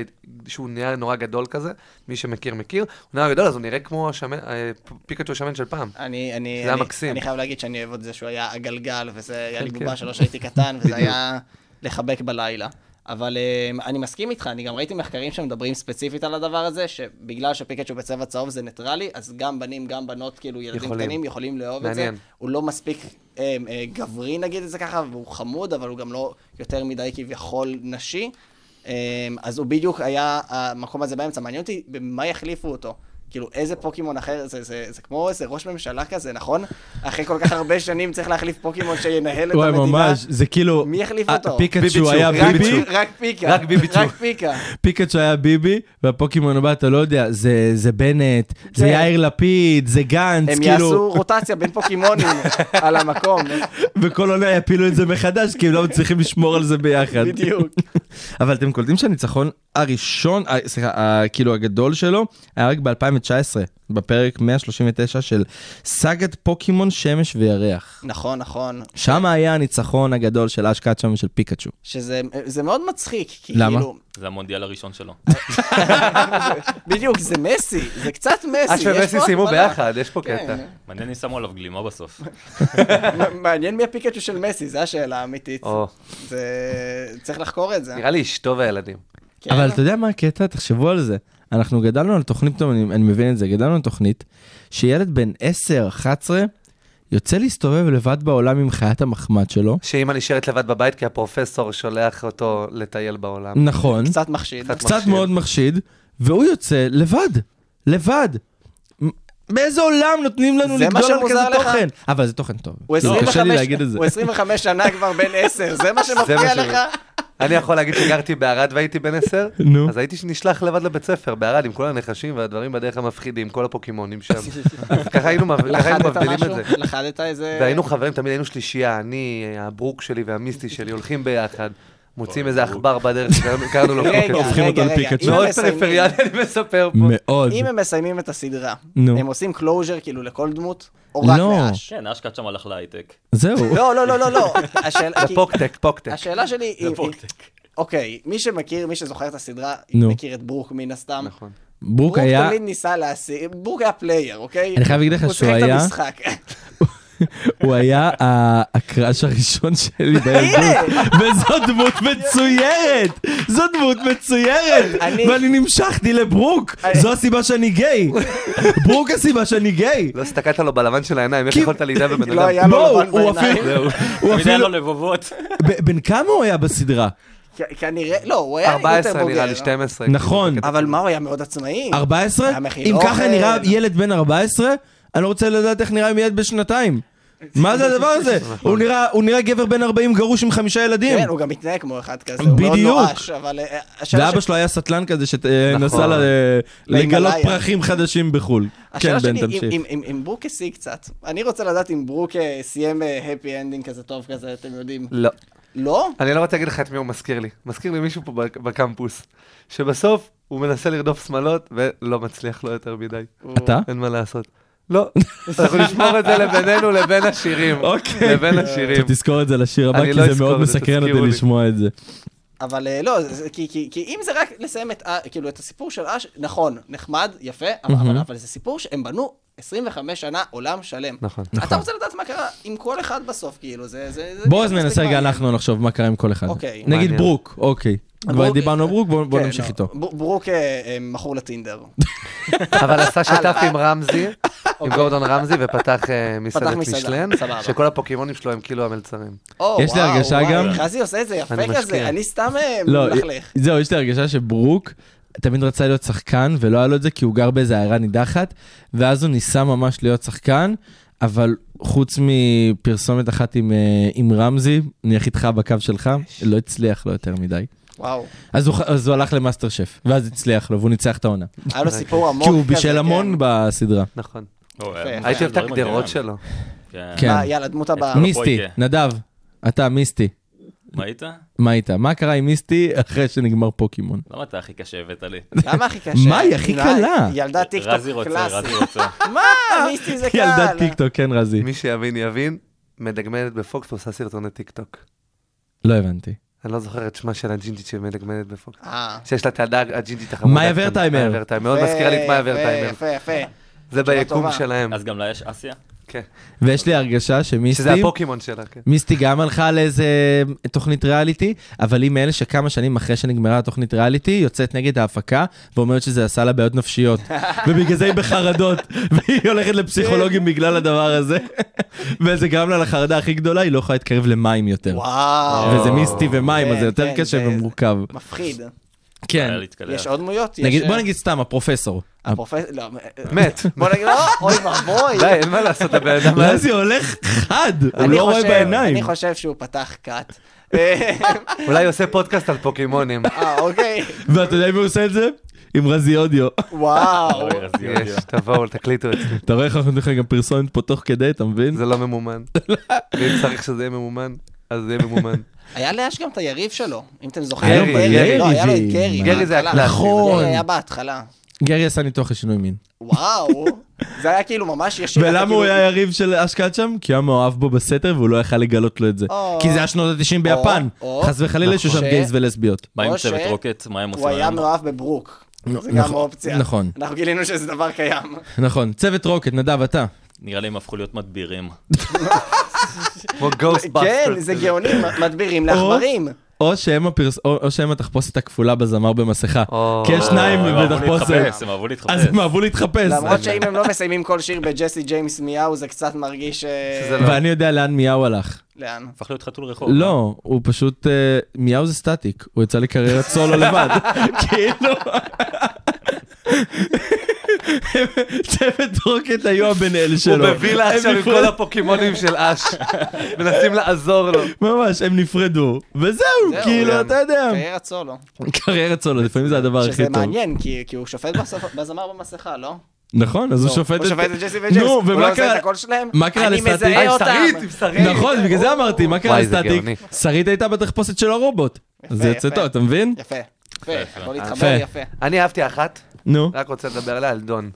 [SPEAKER 2] שהוא נהיה נורא גדול כזה, מי שמכיר מכיר, הוא נהיה גדול, אז הוא נראה כמו השמן, אה, פיקאצ'ו השמן של פעם.
[SPEAKER 3] אני,
[SPEAKER 2] זה
[SPEAKER 3] אני,
[SPEAKER 2] היה
[SPEAKER 3] אני,
[SPEAKER 2] מקסים.
[SPEAKER 3] אני חייב להגיד שאני אוהב את זה שהוא היה הגלגל, וזה היה לי
[SPEAKER 2] כן.
[SPEAKER 3] בובה שלו שהייתי קטן, וזה
[SPEAKER 2] בדיוק.
[SPEAKER 3] היה לחבק בלילה. אבל אמ, אני מסכים איתך, אני גם ראיתי מחקרים שמדברים ספציפית על הדבר הזה, שבגלל שפיקאצ'ו בצבע צהוב זה ניטרלי, אז גם בנים, גם בנות, כאילו ילדים
[SPEAKER 2] יכולים.
[SPEAKER 3] קטנים יכולים לאהוב
[SPEAKER 2] מעניין.
[SPEAKER 3] את זה. הוא לא מספיק אה, אה, גברי, נגיד את זה ככה, והוא חמוד, אבל הוא גם לא יותר מדי כביכול נשי. אה, אז הוא בדיוק היה המקום הזה באמצע. מעניין אותי במה יחליפו אותו. כאילו, איזה פוקימון אחר, זה, זה, זה כמו איזה ראש ממשלה כזה, נכון? אחרי כל כך הרבה שנים צריך להחליף פוקימון שינהל את
[SPEAKER 1] וואי,
[SPEAKER 3] המדינה.
[SPEAKER 1] ממש, זה כאילו...
[SPEAKER 3] מי יחליף
[SPEAKER 1] אה,
[SPEAKER 3] אותו?
[SPEAKER 1] פיקאצ'ו
[SPEAKER 2] ביביצ'ו,
[SPEAKER 1] היה
[SPEAKER 2] רק
[SPEAKER 1] ביבי,
[SPEAKER 2] ביביצ'ו.
[SPEAKER 3] רק פיקה.
[SPEAKER 2] רק ביביצ'ו.
[SPEAKER 3] רק פיקה.
[SPEAKER 1] פיקאצ'ו היה ביבי, והפוקימון הבא, אתה לא יודע, זה, זה בנט, זה
[SPEAKER 3] כן.
[SPEAKER 1] יאיר לפיד, זה גנץ,
[SPEAKER 3] הם
[SPEAKER 1] כאילו,
[SPEAKER 3] יעשו רוטציה בין פוקימונים על המקום.
[SPEAKER 1] וכל עונה יפילו את זה מחדש, כי הם לא מצליחים לשמור על זה ביחד.
[SPEAKER 3] בדיוק.
[SPEAKER 1] אבל אתם קולטים שהניצחון הראשון, אה, סליחה, ה- כאילו הגדול שלו, היה רק ב-2019, בפרק 139 של סאגת פוקימון שמש וירח.
[SPEAKER 3] נכון, נכון.
[SPEAKER 1] שם היה הניצחון הגדול של אש קאצ'ם ושל פיקאצ'ו.
[SPEAKER 3] שזה זה מאוד מצחיק. כי
[SPEAKER 1] למה?
[SPEAKER 3] כאילו,
[SPEAKER 4] זה המונדיאל הראשון שלו.
[SPEAKER 3] בדיוק, זה מסי, זה קצת מסי.
[SPEAKER 2] אש
[SPEAKER 3] יש פה
[SPEAKER 2] ומסי סיימו
[SPEAKER 3] הקבלה.
[SPEAKER 2] אה, ביחד, יש פה קטע.
[SPEAKER 3] כן.
[SPEAKER 4] מעניין אם שמו עליו גלימה בסוף.
[SPEAKER 3] מ- מעניין מי הפיקאצ'ו של מסי, זו השאלה האמיתית.
[SPEAKER 2] או,
[SPEAKER 3] זה... צריך לחקור את זה. אה?
[SPEAKER 2] נראה לי אשתו והילדים.
[SPEAKER 3] כן.
[SPEAKER 1] אבל אתה יודע מה הקטע? תחשבו על זה. אנחנו גדלנו על תוכנית, פתאום אני, אני מבין את זה, גדלנו על תוכנית שילד בן 10-11 יוצא להסתובב לבד בעולם עם חיית המחמד שלו.
[SPEAKER 2] שאימא נשארת לבד בבית כי הפרופסור שולח אותו לטייל בעולם.
[SPEAKER 1] נכון, קצת,
[SPEAKER 3] קצת מחשיד.
[SPEAKER 2] קצת
[SPEAKER 1] קצת
[SPEAKER 2] מחשיד.
[SPEAKER 1] מאוד מחשיד, והוא יוצא לבד, לבד. מ- באיזה עולם נותנים לנו
[SPEAKER 3] זה מה
[SPEAKER 1] לגדול על
[SPEAKER 3] שמוזר
[SPEAKER 1] כזה
[SPEAKER 3] לך?
[SPEAKER 1] תוכן? אבל זה תוכן טוב.
[SPEAKER 3] הוא
[SPEAKER 1] כאילו,
[SPEAKER 3] 25
[SPEAKER 1] קשה לי להגיד את זה.
[SPEAKER 3] הוא 25 שנה כבר בן 10, זה מה
[SPEAKER 2] מה
[SPEAKER 3] שמפריע
[SPEAKER 2] שאני-
[SPEAKER 3] לך?
[SPEAKER 2] אני יכול להגיד שגרתי בערד והייתי בן עשר,
[SPEAKER 1] נו.
[SPEAKER 2] אז הייתי נשלח לבד לבית ספר בערד עם כל הנחשים והדברים בדרך המפחידים, כל הפוקימונים שם. אז ככה היינו מב- ככה היינו
[SPEAKER 3] לחדת
[SPEAKER 2] מבדילים את
[SPEAKER 3] משהו?
[SPEAKER 2] זה.
[SPEAKER 3] לחדת איזה...
[SPEAKER 2] והיינו חברים, תמיד היינו שלישייה, אני, הברוק שלי והמיסטי שלי הולכים ביחד, מוצאים איזה עכבר בדרך, שקראנו- קראנו לו
[SPEAKER 3] רגע,
[SPEAKER 2] פוקט.
[SPEAKER 1] הופכים אותו
[SPEAKER 3] רגע, רגע,
[SPEAKER 1] לפיקאצ'ו.
[SPEAKER 3] אם הם
[SPEAKER 2] מאוד
[SPEAKER 3] מסיימים-
[SPEAKER 2] פריפריאלי, אני מספר פה.
[SPEAKER 1] מאוד.
[SPEAKER 3] אם הם מסיימים את הסדרה,
[SPEAKER 1] נו.
[SPEAKER 3] הם עושים קלוז'ר כאילו לכל דמות, או רק
[SPEAKER 1] לא.
[SPEAKER 3] לאש?
[SPEAKER 4] כן, אשכרה שם הלך להייטק.
[SPEAKER 1] זהו.
[SPEAKER 3] לא, לא, לא, לא, לא. השאלה- לא. כי-
[SPEAKER 2] פוקטק, פוקטק.
[SPEAKER 3] השאלה שלי היא... אוקיי, מי שמכיר, מי שזוכר את הסדרה,
[SPEAKER 1] נו.
[SPEAKER 3] מכיר את ברוק מן הסתם.
[SPEAKER 2] נכון.
[SPEAKER 1] ברוק היה,
[SPEAKER 3] תמיד ניסה להשיג, ברוק היה פלייר, אוקיי?
[SPEAKER 1] אני חייב להגיד לך שהוא היה-
[SPEAKER 3] הוא שיחק את המשחק.
[SPEAKER 1] הוא היה ה- הקראש הראשון שלי בילדות, וזו דמות מצוירת! זו דמות מצוירת!
[SPEAKER 3] אני-
[SPEAKER 1] ואני נמשכתי לברוק!
[SPEAKER 3] אני-
[SPEAKER 1] זו הסיבה שאני גיי! ברוק הסיבה שאני גיי!
[SPEAKER 2] לא הסתכלת לו בלבן של העיניים, איך
[SPEAKER 1] כי-
[SPEAKER 2] יכולת להידע בבן
[SPEAKER 3] לא
[SPEAKER 2] אדם?
[SPEAKER 3] היה לו
[SPEAKER 1] בואו,
[SPEAKER 3] לבן
[SPEAKER 1] הוא
[SPEAKER 3] בעיניים.
[SPEAKER 1] אפילו... הוא
[SPEAKER 4] תמיד היה לא-
[SPEAKER 1] אפילו...
[SPEAKER 4] לו לבבות.
[SPEAKER 1] ב- בן כמה הוא היה בסדרה?
[SPEAKER 3] כ- כנראה, לא, הוא היה יותר
[SPEAKER 2] 14 נראה
[SPEAKER 3] בוגר. לא?
[SPEAKER 2] לי, 12.
[SPEAKER 1] נכון.
[SPEAKER 3] אבל מה, הוא היה מאוד עצמאי.
[SPEAKER 1] 14?
[SPEAKER 3] היה מכין
[SPEAKER 1] אם
[SPEAKER 3] אוכל.
[SPEAKER 1] ככה נראה ילד בן 14, אני לא רוצה לדעת איך נראה ילד בשנתיים. מה זה הדבר הזה? הוא נראה- הוא נראה גבר בן 40 גרוש עם חמישה ילדים.
[SPEAKER 3] נכון. כן, הוא גם מתנהג כמו אחד כזה, הוא מאוד
[SPEAKER 1] בדיוק.
[SPEAKER 3] נואש, אבל... אה, השאלה
[SPEAKER 1] ואבא
[SPEAKER 3] ש-
[SPEAKER 1] שלו היה סטלן כזה שנסע
[SPEAKER 2] נכון.
[SPEAKER 1] לגלות
[SPEAKER 3] להימאליה.
[SPEAKER 1] פרחים חדשים בחו"ל. כן,
[SPEAKER 3] השאלה
[SPEAKER 1] בן,
[SPEAKER 3] שלי, אם-
[SPEAKER 1] תמשיך.
[SPEAKER 3] אם- אם- אם ברוק השיג קצת, אני רוצה לדעת אם ברוק אה, סיים הפי אנדינג כזה טוב כזה, אתם יודעים.
[SPEAKER 2] לא.
[SPEAKER 3] לא?
[SPEAKER 2] אני לא רוצה להגיד לך את מי הוא מזכיר לי. מזכיר לי מישהו פה בק- בקמפוס, שבסוף הוא מנסה לרדוף שמאלות ולא מצליח לו יותר מדי.
[SPEAKER 1] אתה?
[SPEAKER 2] אין מה לעשות. לא, אנחנו נשמור את זה לבינינו לבין השירים.
[SPEAKER 1] אוקיי.
[SPEAKER 2] לבין השירים.
[SPEAKER 1] טוב, תזכור את זה לשיר הבא,
[SPEAKER 2] אני
[SPEAKER 1] כי
[SPEAKER 2] לא
[SPEAKER 1] זה
[SPEAKER 2] אזכור
[SPEAKER 1] מאוד
[SPEAKER 2] את זה,
[SPEAKER 1] מסקרן אותי
[SPEAKER 2] תזכירו לי.
[SPEAKER 1] לשמוע את זה.
[SPEAKER 3] אבל אה, לא, זה- זה- כי- כי כי אם זה רק לסיים את ה- כאילו, את הסיפור של אש, נכון, נחמד, יפה, אבל- אבל- אבל זה סיפור שהם בנו 25 שנה עולם שלם.
[SPEAKER 2] נכון.
[SPEAKER 3] אתה רוצה לדעת מה קרה עם כל אחד בסוף, כאילו, זה... זה- זה-
[SPEAKER 1] בואו
[SPEAKER 3] זה
[SPEAKER 1] אז
[SPEAKER 3] מספיק
[SPEAKER 1] ננסה רגע
[SPEAKER 3] מעניין.
[SPEAKER 1] אנחנו נחשוב מה קרה עם כל אחד.
[SPEAKER 3] אוקיי.
[SPEAKER 1] נגיד
[SPEAKER 2] מעניין.
[SPEAKER 1] ברוק, אוקיי. כבר
[SPEAKER 3] ברוק-
[SPEAKER 1] דיברנו על ברוק, בואו בואו
[SPEAKER 3] כן,
[SPEAKER 1] נמשיך
[SPEAKER 3] לא.
[SPEAKER 1] איתו.
[SPEAKER 3] ב- ברוק אה, אה, מכור לטינדר.
[SPEAKER 2] אבל עשה שת"פ עם רמזי, עם גורדון רמזי, ופתח אה, מסעדת
[SPEAKER 3] פתח מסעדה,
[SPEAKER 2] משלן,
[SPEAKER 3] סבבה.
[SPEAKER 2] שכל הפוקימונים שלו הם כאילו המלצרים.
[SPEAKER 3] או,
[SPEAKER 1] יש לי
[SPEAKER 3] וואו,
[SPEAKER 1] הרגשה
[SPEAKER 3] וואי,
[SPEAKER 1] גם-
[SPEAKER 3] חזי עושה את זה יפה
[SPEAKER 2] אני
[SPEAKER 3] כזה,
[SPEAKER 2] משקיע.
[SPEAKER 3] אני סתם אה,
[SPEAKER 1] לא,
[SPEAKER 3] מלכלך.
[SPEAKER 1] זהו, יש לי הרגשה שברוק תמיד רצה להיות שחקן, ולא היה לו את זה כי הוא גר באיזה עיירה נידחת, ואז הוא ניסה ממש להיות שחקן, אבל חוץ מפרסומת אחת עם, אה, עם רמזי, נלך איתך בקו שלך, לא הצליח לו יותר מדי.
[SPEAKER 3] וואו.
[SPEAKER 1] אז הוא, ח- אז הוא הלך למאסטר שף, ואז הצליח לו, והוא ניצח את העונה.
[SPEAKER 3] היה לו סיפור עמוק
[SPEAKER 1] אה, כי
[SPEAKER 3] כזה.
[SPEAKER 1] הוא בישל
[SPEAKER 3] כן.
[SPEAKER 1] המון בסדרה.
[SPEAKER 2] נכון.
[SPEAKER 4] הוא היה
[SPEAKER 3] יפה.
[SPEAKER 4] מוכן
[SPEAKER 2] הייתי אוהב את
[SPEAKER 4] לדברים
[SPEAKER 2] הגדרות
[SPEAKER 4] הגדולים.
[SPEAKER 2] שלו.
[SPEAKER 1] כן.
[SPEAKER 3] מה, יאללה, דמות הבאה.
[SPEAKER 4] מי-
[SPEAKER 1] מיסטי,
[SPEAKER 4] הפרויקט.
[SPEAKER 3] כן.
[SPEAKER 1] נדב, אתה מיסטי,
[SPEAKER 2] כן.
[SPEAKER 4] מה היית?
[SPEAKER 1] מה איתה? מה קרה עם מיסטי אחרי שנגמר פוקימון?
[SPEAKER 4] למה אתה הכי קשה הבאת לי?
[SPEAKER 3] למה הכי קשה?
[SPEAKER 1] מה, היא הכי
[SPEAKER 3] לא,
[SPEAKER 1] קלה.
[SPEAKER 3] ילדה טיקטוק
[SPEAKER 4] רזי רוצה, רזי
[SPEAKER 3] קלאסי.
[SPEAKER 4] רוצה.
[SPEAKER 3] מה, מיסטי זה קל.
[SPEAKER 1] ילדת טיקטוק, כן רזי.
[SPEAKER 2] מי שיבין יבין, מדגמנת בפוקס ועושה סרטוני טיקטוק.
[SPEAKER 1] לא הבנתי.
[SPEAKER 2] אני לא זוכר את שמה של הג'ינג'ית שמדגמנת בפוקס.
[SPEAKER 3] אה.
[SPEAKER 2] שיש לה את הילדה הג'ינג'ית החמודה.
[SPEAKER 1] מאיה ורטהיימר.
[SPEAKER 2] מאיה ורטהיימר. מאוד
[SPEAKER 3] יפה,
[SPEAKER 2] מזכירה לי את מאיה ורטהיימר.
[SPEAKER 3] יפה, יפה, יפה.
[SPEAKER 2] זה ביקום
[SPEAKER 3] טובה.
[SPEAKER 2] שלהם.
[SPEAKER 4] אז גם לה יש אסיה?
[SPEAKER 2] כן.
[SPEAKER 1] ויש לי הרגשה שמיסטי...
[SPEAKER 2] שזה הפוקימון שלה, כן.
[SPEAKER 1] מיסטי גם הלכה לאיזה תוכנית ריאליטי, אבל היא מאלה שכמה שנים אחרי שנגמרה התוכנית ריאליטי, יוצאת נגד ההפקה ואומרת שזה עשה לה בעיות נפשיות. ובגלל זה היא בחרדות, והיא הולכת
[SPEAKER 3] כן.
[SPEAKER 1] לפסיכולוגים בגלל הדבר הזה. וזה גרם לה לחרדה הכי גדולה, היא לא יכולה להתקרב למים יותר.
[SPEAKER 3] וואו.
[SPEAKER 1] וזה מיסטי ומים, אז זה
[SPEAKER 3] כן,
[SPEAKER 1] יותר
[SPEAKER 3] כן,
[SPEAKER 1] קשה
[SPEAKER 3] זה-
[SPEAKER 1] ומורכב.
[SPEAKER 3] מפחיד.
[SPEAKER 1] כן.
[SPEAKER 4] היה להתקלח.
[SPEAKER 3] יש עוד דמויות? יש,
[SPEAKER 1] נגיד-
[SPEAKER 3] אה,
[SPEAKER 1] בוא נגיד סתם, הפרופסור.
[SPEAKER 3] פרופס... לא,
[SPEAKER 2] מת.
[SPEAKER 3] בוא נגיד, לא, אוי ואבוי.
[SPEAKER 2] די, אין מה לעשות, הבן אדם
[SPEAKER 1] לא,
[SPEAKER 2] הזה.
[SPEAKER 1] זה הולך חד, הוא
[SPEAKER 3] אני
[SPEAKER 1] לא רואה
[SPEAKER 3] חושב-
[SPEAKER 1] בעיניים.
[SPEAKER 3] אני חושב שהוא פתח כת. אה,
[SPEAKER 2] אולי עושה פודקאסט על פוקימונים.
[SPEAKER 3] אה, אוקיי.
[SPEAKER 1] ואתה יודע אם הוא עושה את זה? עם רזי אודיו.
[SPEAKER 3] וואו.
[SPEAKER 4] אוי, רזי אודיו.
[SPEAKER 2] יש, תבואו, תקליטו את זה.
[SPEAKER 1] אתה רואה איך אנחנו נותנים לך גם פרסומת פה תוך כדי, אתה מבין?
[SPEAKER 2] זה לא ממומן. ואם צריך שזה יהיה ממומן, אז זה יהיה ממומן.
[SPEAKER 3] היה לאש גם את היריב שלו, אם אתם זוכרים.
[SPEAKER 2] היה לו
[SPEAKER 3] גרי,
[SPEAKER 2] גרי,
[SPEAKER 3] לא, היה לו את
[SPEAKER 1] והיא-
[SPEAKER 3] גרי.
[SPEAKER 2] גרי זה
[SPEAKER 3] בהתחלה.
[SPEAKER 2] הקלאסי.
[SPEAKER 1] נכון.
[SPEAKER 3] גרי היה בהתחלה.
[SPEAKER 1] גרי עשה ניתוח לשינוי מין.
[SPEAKER 3] וואו. זה היה כאילו ממש ישיר. אתה
[SPEAKER 1] ולמה
[SPEAKER 3] כאילו-
[SPEAKER 1] הוא היה יריב של אשכד שם? כי היה מאוהב בו בסתר והוא לא יכל לגלות לו את זה.
[SPEAKER 3] או.
[SPEAKER 1] כי זה היה שנות ה-90 ביפן.
[SPEAKER 3] או. נכון.
[SPEAKER 1] חס וחלילה שיש שם
[SPEAKER 3] ש-
[SPEAKER 1] גייז ולסביות.
[SPEAKER 4] מה עם
[SPEAKER 3] או ש-
[SPEAKER 4] צוות רוקט? מה הם
[SPEAKER 3] הוא
[SPEAKER 4] עושים
[SPEAKER 3] היה
[SPEAKER 4] היום?
[SPEAKER 3] מאוהב בברוק. זה גם
[SPEAKER 1] נכון,
[SPEAKER 3] אופציה.
[SPEAKER 1] נכון.
[SPEAKER 3] אנחנו גילינו שזה דבר קיים.
[SPEAKER 1] נכון. צוות רוקט, נדב, אתה.
[SPEAKER 4] נראה לי הם הפכו להיות מדבירים.
[SPEAKER 2] כמו Ghostbusters.
[SPEAKER 3] כן, זה גאוני, מ- מדבירים לעכברים.
[SPEAKER 1] או שהם הפרס- או- או שהם התחפושת הכפולה בזמר במסכה.
[SPEAKER 2] או.
[SPEAKER 1] כי יש שניים
[SPEAKER 4] הם
[SPEAKER 3] אה,
[SPEAKER 4] אהבו
[SPEAKER 1] בתחפושת.
[SPEAKER 4] להתחפש, הם אהבו להתחפש.
[SPEAKER 1] אז הם אהבו להתחפש.
[SPEAKER 3] למרות שאם הם לא מסיימים כל שיר בג'סי ג'יימס מיהו, זה קצת מרגיש... אה,
[SPEAKER 2] שזה לא-
[SPEAKER 1] ואני יודע לאן מיהו הלך.
[SPEAKER 3] לאן?
[SPEAKER 4] הפך להיות חתול רחוב.
[SPEAKER 3] אוקיי.
[SPEAKER 1] לא, הוא פשוט... אה, מיהו זה סטטיק. הוא יצא לקריירת סולו לבד. כאילו... צוות רוקט היו הבן אל
[SPEAKER 2] הוא
[SPEAKER 1] שלו.
[SPEAKER 2] בווילה
[SPEAKER 1] הם
[SPEAKER 2] עכשיו עם
[SPEAKER 1] נפרדו-
[SPEAKER 2] כל הפוקימונים של אש. מנסים לעזור לו.
[SPEAKER 1] ממש, הם נפרדו, וזהו,
[SPEAKER 3] זהו, אוקיי.
[SPEAKER 1] כאילו,
[SPEAKER 2] כן.
[SPEAKER 1] אתה יודע,
[SPEAKER 3] קריירת סולו.
[SPEAKER 1] קריירת סולו, לפעמים זה הדבר הכי
[SPEAKER 3] לא? שזה
[SPEAKER 1] טוב.
[SPEAKER 3] מעניין, כי כי הוא שופט בסוף- בזמר במסכה, לא?
[SPEAKER 1] נכון, אז הוא
[SPEAKER 3] לא,
[SPEAKER 1] שופט
[SPEAKER 3] הוא שופט את ג'סי וג'יימס.
[SPEAKER 1] נו,
[SPEAKER 3] הוא
[SPEAKER 1] ומה
[SPEAKER 3] לא עושה
[SPEAKER 1] קרה-
[SPEAKER 3] את הקול שלהם?
[SPEAKER 1] מה קרה לסטטיק?
[SPEAKER 3] אני
[SPEAKER 1] אה, עם
[SPEAKER 3] מזהה אותם.
[SPEAKER 2] שרית, עם שרית.
[SPEAKER 1] נכון, בגלל זה אמרתי, מה קרה
[SPEAKER 2] וואי, זה
[SPEAKER 1] לסטטיק?
[SPEAKER 2] גאוני.
[SPEAKER 1] שרית הייתה בתחפושת של הרובוט.
[SPEAKER 3] יפה,
[SPEAKER 1] זה יוצא
[SPEAKER 3] יפה.
[SPEAKER 1] טוב, אתה מבין?
[SPEAKER 3] יפה. יפה, יכול להתחבר
[SPEAKER 1] יפה.
[SPEAKER 3] יפה.
[SPEAKER 2] אני אהבתי אחת,
[SPEAKER 1] נו.
[SPEAKER 2] רק רוצה לדבר עליה, על דון.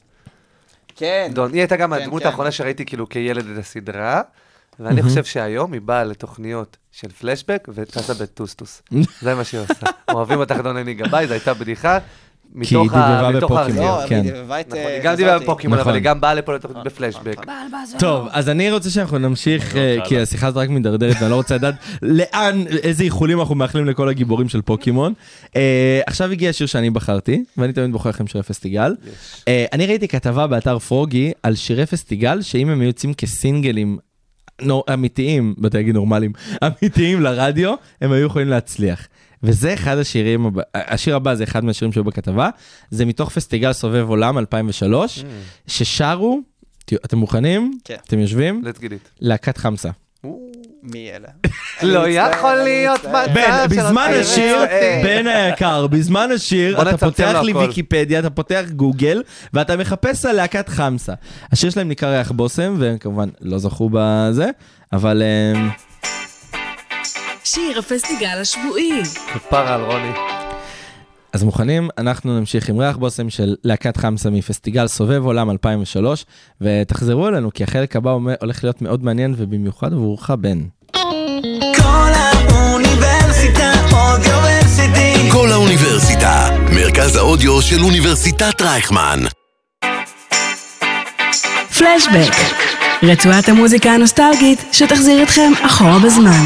[SPEAKER 3] כן.
[SPEAKER 2] דון, היא הייתה גם
[SPEAKER 3] כן,
[SPEAKER 2] הדמות
[SPEAKER 3] כן.
[SPEAKER 2] האחרונה שראיתי כאילו כילד את הסדרה, ואני חושב שהיום היא באה לתוכניות של פלשבק וטסה בטוסטוס. זה מה שהיא עושה. אוהבים אותך דון לני גבאי, זו הייתה בדיחה.
[SPEAKER 1] כי היא
[SPEAKER 2] מתוך ה...
[SPEAKER 1] דבבה
[SPEAKER 2] מתוך ה...
[SPEAKER 1] בפוקימון.
[SPEAKER 3] לא,
[SPEAKER 1] כן.
[SPEAKER 3] היא דבבה את...
[SPEAKER 2] נכון,
[SPEAKER 3] אה,
[SPEAKER 2] היא גם דיברה
[SPEAKER 3] חזרתי. אה,
[SPEAKER 2] בפוקימון, אבל
[SPEAKER 1] נכון.
[SPEAKER 2] היא גם באה לפה לתוכנית בפלשבק.
[SPEAKER 1] טוב, אז אני רוצה שאנחנו נמשיך, אה, כי השיחה הזאת רק מידרדרת ואני לא רוצה לדעת לאן, איזה איחולים אנחנו מאחלים לכל הגיבורים של פוקימון. אה, עכשיו הגיע השיר שאני בחרתי, ואני תמיד בוחר לכם שירי פסטיגל. אה, אני ראיתי כתבה באתר פרוגי על שירי פסטיגל, שאם הם היו יוצאים כסינגלים נור- אמיתיים, באתי להגיד נורמליים, אמיתיים לרדיו, הם היו יכולים להצליח. וזה אחד השירים, הבא- השיר הבא זה אחד מהשירים שהיו בכתבה, זה מתוך פסטיגל סובב עולם
[SPEAKER 2] Mm.
[SPEAKER 1] 2003, ששרו, ת- אתם מוכנים?
[SPEAKER 3] כן.
[SPEAKER 1] אתם יושבים?
[SPEAKER 2] לט גידית.
[SPEAKER 1] להקת חמסה.
[SPEAKER 3] מי אלה?
[SPEAKER 2] לא
[SPEAKER 3] אני מצטער,
[SPEAKER 2] יכול
[SPEAKER 3] אני
[SPEAKER 2] להיות
[SPEAKER 3] מצטער.
[SPEAKER 2] מצב
[SPEAKER 1] בן,
[SPEAKER 2] שלא
[SPEAKER 1] בזמן
[SPEAKER 2] תראה
[SPEAKER 1] השיר,
[SPEAKER 2] אותי.
[SPEAKER 1] בן היקר, בזמן השיר,
[SPEAKER 2] אה, בוא
[SPEAKER 1] אתה
[SPEAKER 2] נצמצם
[SPEAKER 1] פותח
[SPEAKER 2] לו
[SPEAKER 1] לי
[SPEAKER 2] הכל.
[SPEAKER 1] ויקיפדיה, אתה פותח גוגל, ואתה מחפש על להקת חמסה. השיר שלהם נקרא ריח בושם, והם כמובן לא זכו בזה, אבל... אמ,
[SPEAKER 5] שיר הפסטיגל השבועי.
[SPEAKER 2] אה, כפרה על רוני.
[SPEAKER 1] אז מוכנים? אנחנו נמשיך עם ריח בושם של להקת חמסה מפסטיגל סובב עולם 2003, ותחזרו אלינו, כי החלק הבא אומר- הולך להיות מאוד מעניין, ובמיוחד עבורך, בן.
[SPEAKER 6] כל האוניברסיטה, מרכז האודיו של אוניברסיטת רייכמן.
[SPEAKER 5] פלשבק, רצועת המוזיקה הנוסטלגית שתחזיר אתכם אחורה בזמן.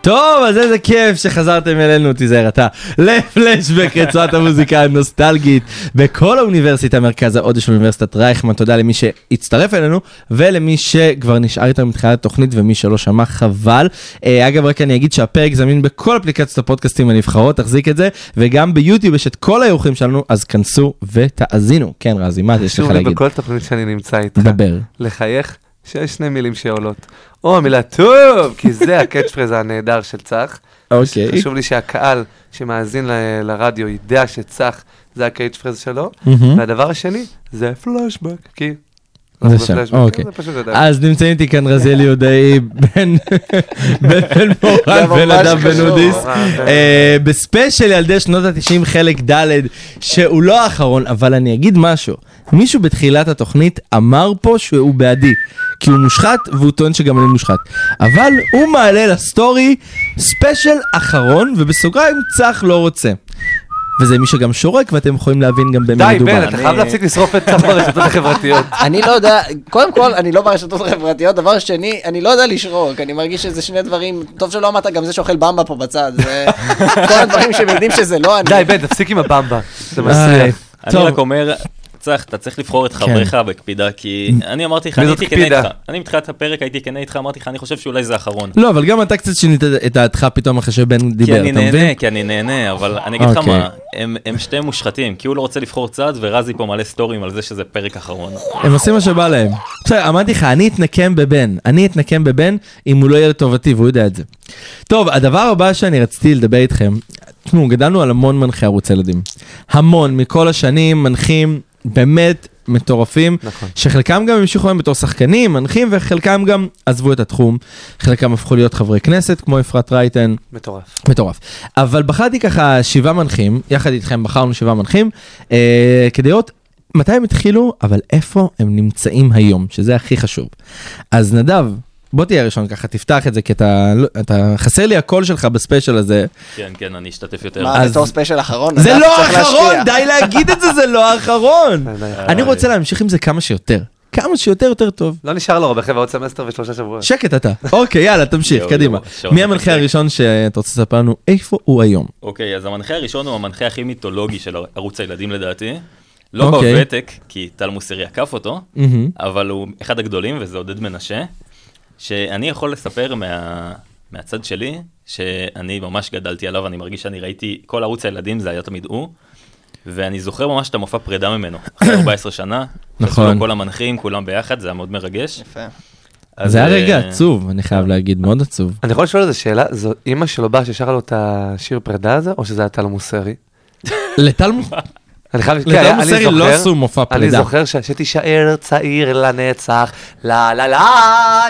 [SPEAKER 1] טוב, אז איזה כיף שחזרתם אלינו, תיזהר אתה, לפלשבק רצועת המוזיקה הנוסטלגית בכל האוניברסיטה, מרכז ההודו של אוניברסיטת רייכמן, תודה למי שהצטרף אלינו ולמי שכבר נשאר איתנו מתחילת התוכנית ומי שלא שמע, חבל. אה, אגב, רק אני אגיד שהפרק זמין בכל אפליקציות הפודקאסטים הנבחרות, תחזיק את זה, וגם ביוטיוב יש את כל האירוחים שלנו, אז כנסו ותאזינו. כן, רזי, מה יש לך
[SPEAKER 2] שוב לי
[SPEAKER 1] להגיד?
[SPEAKER 2] בכל תוכנית שאני נמצא איתך.
[SPEAKER 1] דבר.
[SPEAKER 2] לחייך, שיש שני מילים שעולות. או המילה טוב, כי זה הקאץ' פרז הנהדר של צח.
[SPEAKER 1] אוקיי.
[SPEAKER 2] חשוב לי שהקהל שמאזין ל- לרדיו ידע שצח זה הקאץ' פרז שלו.
[SPEAKER 1] מהמם.
[SPEAKER 2] והדבר השני זה פלשבק, כי... כן,
[SPEAKER 1] זה
[SPEAKER 2] זה
[SPEAKER 1] שם,
[SPEAKER 2] פלשבק,
[SPEAKER 1] אוקיי.
[SPEAKER 2] זה פשוט הדבר.
[SPEAKER 1] אז נמצאים איתי כאן רזיאל יהודאי, בן בן מורן,
[SPEAKER 3] ממש
[SPEAKER 1] בן אדם בן
[SPEAKER 3] קשור.
[SPEAKER 1] אודיס,
[SPEAKER 2] אה,
[SPEAKER 1] אה, בספיישל ילדי שנות ה-90 חלק ד', שהוא לא האחרון, אבל אני אגיד משהו, מישהו בתחילת התוכנית אמר פה שהוא בעדי, כי הוא מושחת והוא טוען שגם אני מושחת, אבל הוא מעלה לסטורי ספיישל אחרון, ובסוגריים צח לא רוצה. וזה מי שגם שורק ואתם יכולים להבין גם במה
[SPEAKER 2] די,
[SPEAKER 1] מדובר.
[SPEAKER 2] בן, אתה חייב להפסיק לשרוף את צח ברשתות החברתיות.
[SPEAKER 3] אני לא יודע, קודם כל, אני לא ברשתות החברתיות, דבר שני, אני לא יודע לשרוק, אני מרגיש שזה שני דברים, טוב שלא אמרת גם זה שאוכל במבה פה בצד, זה כל הדברים שהם יודעים שזה לא אני.
[SPEAKER 2] די, בן, תפסיק עם הבמבה. זה
[SPEAKER 1] איי,
[SPEAKER 2] מסריח.
[SPEAKER 4] אני
[SPEAKER 1] טוב.
[SPEAKER 4] רק אומר, צח, אתה צריך לבחור את חבריך בקפידה, כי אני אמרתי לך,
[SPEAKER 2] כן. מי
[SPEAKER 4] אני
[SPEAKER 2] זאת
[SPEAKER 4] הייתי כנה
[SPEAKER 2] קפידה?
[SPEAKER 4] איתך. אני מתחילת הפרק הייתי כנה איתך, אמרתי לך, אני חושב שאולי זה האחרון.
[SPEAKER 1] לא, אבל גם אתה קצת שינית את דעתך פתאום אחרי שבן
[SPEAKER 4] כי
[SPEAKER 1] דיבר,
[SPEAKER 4] אני
[SPEAKER 1] אתה מבין?
[SPEAKER 4] נהנה, כי אני נהנה, אבל אני אגיד לך
[SPEAKER 1] אוקיי.
[SPEAKER 4] מה, הם הם שתי מושחתים, כי הוא לא רוצה לבחור צד, ורזי פה מלא סטורים על זה שזה פרק אחרון.
[SPEAKER 1] הם עושים מה שבא להם. בסדר, אמרתי לך, אני אתנקם בבן. אני אתנקם בבן אם הוא לא יהיה לטובתי, והוא יודע את זה. טוב, הדבר הבא שאני רציתי לדבר איתכם, תשמעו, גדלנו על המון מנחי ערוץ ילדים. המון, מכל השנים, מנחים באמת מטורפים,
[SPEAKER 2] נכון.
[SPEAKER 1] שחלקם גם המשיכו היום בתור שחקנים, מנחים, וחלקם גם עזבו את התחום. חלקם הפכו להיות חברי כנסת, כמו אפרת רייטן.
[SPEAKER 2] מטורף.
[SPEAKER 1] מטורף. אבל בחרתי ככה שבעה מנחים, יחד איתכם בחרנו שבעה מנחים, אה, כדי לראות מתי הם התחילו, אבל איפה הם נמצאים היום, שזה הכי חשוב. אז נדב, בוא תהיה הראשון ככה, תפתח את זה, כי אתה, לא- אתה חסר לי הקול שלך בספיישל הזה.
[SPEAKER 4] כן, כן, אני אשתתף יותר.
[SPEAKER 3] מה,
[SPEAKER 1] אז-
[SPEAKER 3] בתור ספיישל אחרון?
[SPEAKER 1] זה
[SPEAKER 3] אנחנו
[SPEAKER 1] לא
[SPEAKER 3] צריך
[SPEAKER 1] האחרון,
[SPEAKER 3] להשקיע.
[SPEAKER 1] די להגיד את זה, זה לא האחרון.
[SPEAKER 2] די.
[SPEAKER 1] אני רוצה להמשיך עם זה כמה שיותר. כמה שיותר יותר טוב.
[SPEAKER 2] לא נשאר לו הרבה חבר'ה, עוד סמסטר ושלושה שבועות.
[SPEAKER 1] שקט אתה. אוקיי, יאללה, תמשיך,
[SPEAKER 4] יואו,
[SPEAKER 1] קדימה.
[SPEAKER 4] יואו, שעון
[SPEAKER 1] מי המנחה
[SPEAKER 4] מתקתק.
[SPEAKER 1] הראשון שאתה רוצה לספר לנו איפה הוא היום?
[SPEAKER 4] אוקיי, אז המנחה הראשון הוא המנחה הכי מיתולוגי של ערוץ הילדים לדעתי. לא
[SPEAKER 1] אוקיי. Mm.
[SPEAKER 4] בוותק, כי טל מוסרי עקף אותו,
[SPEAKER 1] מהמם.
[SPEAKER 4] אבל הוא אחד הגדולים, וזה עודד מנשה, שאני יכול לספר מה... מהצד שלי, שאני ממש גדלתי עליו, אני מרגיש שאני ראיתי, כל ערוץ הילדים זה היה תמיד הוא, ואני זוכר ממש את המופע פרידה ממנו, אחרי 14 שנה.
[SPEAKER 1] נכון.
[SPEAKER 4] שעשו לו כל המנחים, כולם ביחד, זה היה מאוד מרגש.
[SPEAKER 3] יפה.
[SPEAKER 4] אז,
[SPEAKER 1] זה היה
[SPEAKER 4] אה,
[SPEAKER 1] רגע עצוב, אני חייב להגיד, מאוד עצוב.
[SPEAKER 2] אני יכול לשאול איזה שאלה, זו אימא שלו באה ששרה לו את השיר פרידה הזה, או שזה היה טל מוסרי?
[SPEAKER 1] לטל מוס-
[SPEAKER 2] אני חייב... כן,
[SPEAKER 1] לתום
[SPEAKER 2] אני
[SPEAKER 1] מוסרי
[SPEAKER 2] זוכר-
[SPEAKER 1] לא עשו מופע
[SPEAKER 2] אני
[SPEAKER 1] פרידה.
[SPEAKER 2] זוכר ש- שתישאר צעיר לנצח. לה לה לה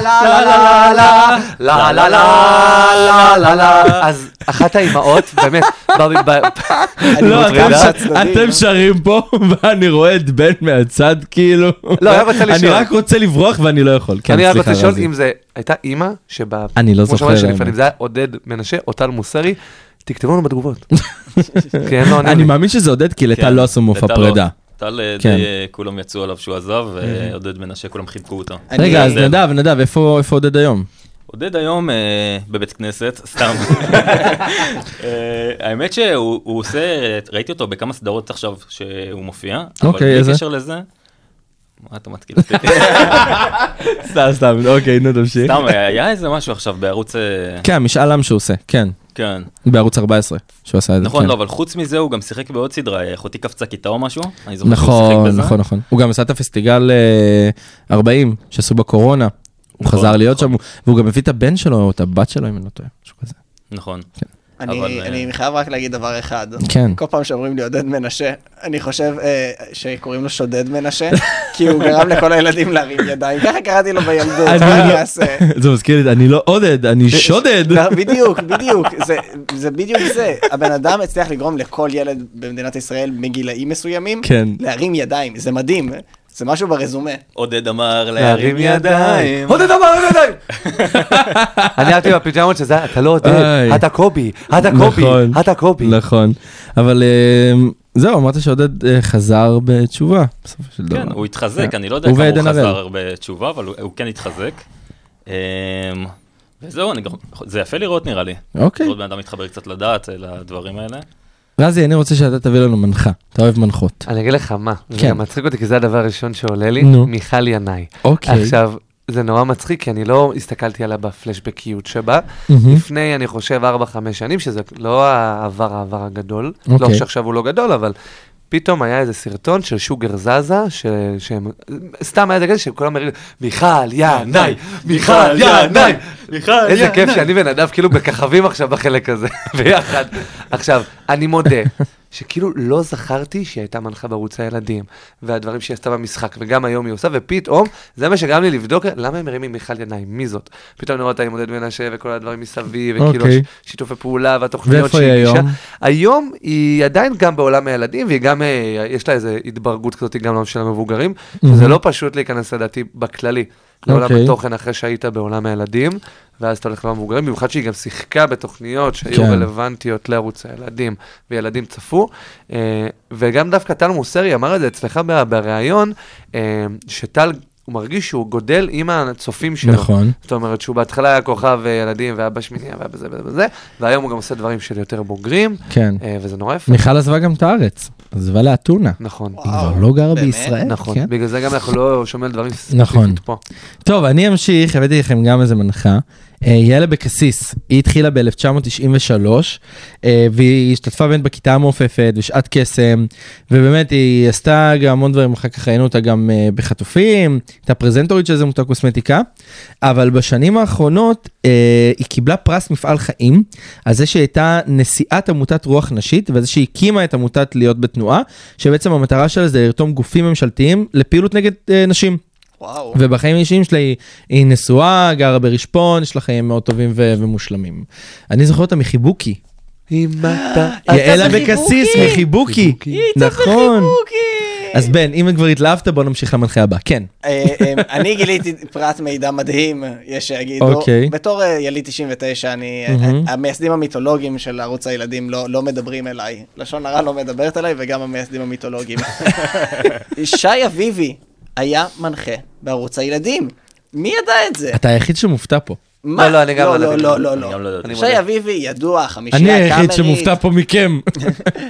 [SPEAKER 2] לה לה לה לה לה לה לה לה לה לה אז אחת האימהות, באמת, בא- ב-
[SPEAKER 3] אני
[SPEAKER 1] לא,
[SPEAKER 3] מוטרד
[SPEAKER 1] אתם
[SPEAKER 2] מטרידה.
[SPEAKER 1] ש-
[SPEAKER 3] מהצדדים,
[SPEAKER 1] אתם
[SPEAKER 3] אה?
[SPEAKER 1] שרים פה, ואני רואה את בן מהצד, כאילו.
[SPEAKER 2] לא, היה רוצה
[SPEAKER 1] אני
[SPEAKER 2] לשאול.
[SPEAKER 1] רק רוצה לברוח ואני לא יכול. כן,
[SPEAKER 2] אני רק
[SPEAKER 1] סליחה,
[SPEAKER 2] רוצה לשאול
[SPEAKER 1] רזי.
[SPEAKER 2] אם זה הייתה אימא שבה...
[SPEAKER 1] אני לא זוכר,
[SPEAKER 2] כמו שאמרתי שלפעמים
[SPEAKER 1] האמת.
[SPEAKER 2] זה היה עודד מנשה או טל מוסרי, תכתבו לנו בתגובות. כי הם לא עונים
[SPEAKER 1] אני
[SPEAKER 2] לי.
[SPEAKER 1] מאמין שזה עודד, כי לטל
[SPEAKER 4] כן,
[SPEAKER 1] לא עשו מופע
[SPEAKER 4] לטל לא.
[SPEAKER 1] פרידה.
[SPEAKER 4] טל, אה,
[SPEAKER 1] כן.
[SPEAKER 4] די, אה, כולם יצאו עליו שהוא עזב, ועודד מנשה, כולם חיבקו אותו.
[SPEAKER 3] אני-
[SPEAKER 1] רגע, אז
[SPEAKER 4] זה-
[SPEAKER 1] נדב, נדב, איפה איפה עודד היום?
[SPEAKER 4] עודד היום אה, בבית כנסת, סתם. אה, האמת שהוא הוא עושה, ראיתי אותו בכמה סדרות עכשיו שהוא מופיע, אבל
[SPEAKER 1] אוקיי, איזה?
[SPEAKER 4] בלי קשר לזה, מה אתה מתקיל אותי?
[SPEAKER 1] סתם, סתם, אוקיי, נו, תמשיך.
[SPEAKER 4] סתם, היה איזה משהו עכשיו בערוץ, אה,
[SPEAKER 1] כן, משאל עם שהוא עושה, כן.
[SPEAKER 4] כן,
[SPEAKER 1] בערוץ 14, שהוא עשה את זה.
[SPEAKER 4] נכון,
[SPEAKER 1] כן.
[SPEAKER 4] לא, אבל חוץ מזה הוא גם שיחק בעוד סדרה, אה, אחותי קפצה כיתה או משהו, אני זוכר שהוא שיחק
[SPEAKER 1] נכון,
[SPEAKER 4] בזה.
[SPEAKER 1] נכון, נכון. הוא גם עשה את הפסטיגל אה, 40 שעשו בקורונה. הוא
[SPEAKER 4] נכון,
[SPEAKER 1] חזר להיות שם, והוא גם הביא את הבן שלו או את הבת שלו, אם אני לא טועה, משהו כזה.
[SPEAKER 4] נכון.
[SPEAKER 3] אני,
[SPEAKER 4] אבל, אה,
[SPEAKER 3] אני חייב רק להגיד דבר אחד.
[SPEAKER 1] כן.
[SPEAKER 3] כל פעם שאומרים לי עודד מנשה, אני חושב אה, שקוראים לו שודד מנשה, כי הוא גרם לכל הילדים להרים ידיים. ככה קראתי לו בילדות,
[SPEAKER 1] אני
[SPEAKER 3] מה אני
[SPEAKER 1] לא-
[SPEAKER 3] אעשה?
[SPEAKER 1] זה מזכיר לי, אני לא עודד, אני שודד.
[SPEAKER 3] אה, בדיוק, בדיוק, זה, זה בדיוק זה. הבן אדם הצליח לגרום לכל ילד במדינת ישראל מגילאים מסוימים,
[SPEAKER 1] כן.
[SPEAKER 3] להרים ידיים, זה מדהים, אה? זה משהו ברזומה.
[SPEAKER 4] עודד אמר להרים ידיים.
[SPEAKER 2] עודד אמר להרים ידיים. אני אהבתי בפיג'מות שזה, אתה לא עודד,
[SPEAKER 1] איי.
[SPEAKER 2] אתה קובי, אתה קובי,
[SPEAKER 1] נכון,
[SPEAKER 2] אתה קובי.
[SPEAKER 1] נכון, אבל אה, זהו, אמרת שעודד אה, חזר בתשובה, בסופו של דבר.
[SPEAKER 4] כן, הוא התחזק,
[SPEAKER 1] כן.
[SPEAKER 4] אני לא יודע
[SPEAKER 1] הוא
[SPEAKER 4] כמה הוא
[SPEAKER 1] ועדן הראל.
[SPEAKER 4] חזר בתשובה, אבל הוא- הוא כן התחזק. אמ, וזהו, אני גם- זה יפה לראות נראה לי.
[SPEAKER 1] אוקיי.
[SPEAKER 4] לראות בן אדם מתחבר קצת לדעת, אה, לדברים
[SPEAKER 1] נכון.
[SPEAKER 4] האלה.
[SPEAKER 1] רזי, אני רוצה שאתה תביא לנו מנחה, אתה אוהב מנחות.
[SPEAKER 2] אני אגיד לך מה, זה
[SPEAKER 1] כן.
[SPEAKER 2] גם מצחיק אותי כי זה הדבר הראשון שעולה לי,
[SPEAKER 1] נו.
[SPEAKER 2] מיכל ינאי.
[SPEAKER 1] אוקיי.
[SPEAKER 2] עכשיו, זה נורא מצחיק כי אני לא הסתכלתי עליה בפלשבקיות שבה,
[SPEAKER 1] מהמם.
[SPEAKER 2] לפני אני חושב 4-5 שנים, שזה לא העבר העבר הגדול, לא
[SPEAKER 1] אוקיי.
[SPEAKER 2] שעכשיו הוא לא גדול, אבל... פתאום היה איזה סרטון של שוגר זזה, ש... שהם... סתם היה דגל שכולם אומרים, מיכל, ינאי, מיכל, ינאי,
[SPEAKER 4] מיכל,
[SPEAKER 2] איזה כיף שאני ונדב כאילו בככבים עכשיו בחלק הזה, ביחד. עכשיו, אני מודה שכאילו לא זכרתי שהיא הייתה מנחה בערוץ הילדים, והדברים שהיא עשתה במשחק, וגם היום היא עושה, ופתאום, זה מה שגרם לי לבדוק, למה הם מרימים מיכל ינאי, מי זאת? פתאום נראה אותה עם עודד מנשה וכל הדברים מסביב, וכאילו
[SPEAKER 1] אוקיי.
[SPEAKER 2] הש- שיתופי פעולה והתוכניות
[SPEAKER 1] ואיפה
[SPEAKER 2] שהיא
[SPEAKER 1] היא
[SPEAKER 2] הגישה.
[SPEAKER 1] היום?
[SPEAKER 2] היום היא עדיין גם בעולם הילדים, והיא גם, אה, יש לה איזו התברגות כזאת גם לעולם של המבוגרים, שזה לא פשוט להיכנס לדעתי בכללי לעולם
[SPEAKER 1] אוקיי.
[SPEAKER 2] התוכן אחרי שהיית בעולם הילדים, ואז אתה הולך לעולם המבוגרים, במיוחד שהיא גם שיחקה בתוכניות שהיו
[SPEAKER 1] כן.
[SPEAKER 2] רלוונטיות לערוץ הילדים, וילדים צפו, אה, וגם דווקא טל מוסרי אמר את זה אצלך ב- בריאיון, אה, שטל... הוא מרגיש שהוא גודל עם הצופים שלו.
[SPEAKER 1] נכון.
[SPEAKER 2] זאת אומרת שהוא בהתחלה היה כוכב אה, ילדים והיה בשמינייה והיה בזה וזה וזה, והיום הוא גם עושה דברים של יותר בוגרים,
[SPEAKER 1] כן.
[SPEAKER 2] אה, וזה נורא יפה.
[SPEAKER 1] מיכל עזבה גם את הארץ, עזבה לאתונה.
[SPEAKER 2] נכון,
[SPEAKER 1] היא
[SPEAKER 3] וואו,
[SPEAKER 1] כבר לא גרה
[SPEAKER 3] באמת?
[SPEAKER 1] בישראל.
[SPEAKER 2] נכון.
[SPEAKER 1] כן.
[SPEAKER 2] בגלל זה גם אנחנו לא שומעים על דברים
[SPEAKER 1] נכון.
[SPEAKER 2] ספציפית פה.
[SPEAKER 1] טוב, אני אמשיך, הבאתי לכם גם איזה מנחה. אה, יעל אבקסיס, היא התחילה ב-1993, והיא השתתפה באמת בכיתה המעופפת, בשעת קסם, ובאמת היא עשתה גם המון דברים, אחר כך ראינו אותה גם אה, בחטופים, הייתה פרזנטורית של איזה מותג קוסמטיקה, אבל בשנים האחרונות אה, היא קיבלה פרס מפעל חיים, על זה שהיא הייתה נשיאת עמותת רוח נשית, ועל זה שהיא הקימה את עמותת להיות בתנועה, שבעצם המטרה שלה זה לרתום גופים ממשלתיים לפעילות נגד אה, נשים.
[SPEAKER 3] וואו.
[SPEAKER 1] ובחיים האישיים שלה היא, היא נשואה, גרה ברשפון, יש לה חיים מאוד טובים ו- ומושלמים. אני זוכר אותה מחיבוקי.
[SPEAKER 2] אם אתה...
[SPEAKER 1] יעל אבקסיס מחיבוקי. נכון. אז בן, אם כבר התלהבת, בוא נמשיך למנחה הבא. כן.
[SPEAKER 3] אה, אה, אני גיליתי פרט מידע מדהים, יש שיגידו.
[SPEAKER 1] אוקיי.
[SPEAKER 3] בתור אה, יליד 99, אני, אה,
[SPEAKER 1] מהמם.
[SPEAKER 3] המייסדים המיתולוגיים של ערוץ הילדים לא לא מדברים אליי. לשון הרע לא מדברת אליי, וגם המייסדים המיתולוגיים. שי אביבי היה מנחה בערוץ הילדים. מי ידע את זה?
[SPEAKER 1] אתה היחיד שמופתע פה.
[SPEAKER 3] מה?
[SPEAKER 2] לא, לא, אני גם לא
[SPEAKER 3] לא,
[SPEAKER 2] ידעתי.
[SPEAKER 3] לא, לא,
[SPEAKER 4] אני גם לא
[SPEAKER 3] לא.
[SPEAKER 4] ידעתי.
[SPEAKER 3] שי אביבי ידוע, חמישייה
[SPEAKER 1] אני
[SPEAKER 3] קאמרית.
[SPEAKER 1] היחיד שמופתע פה מכם.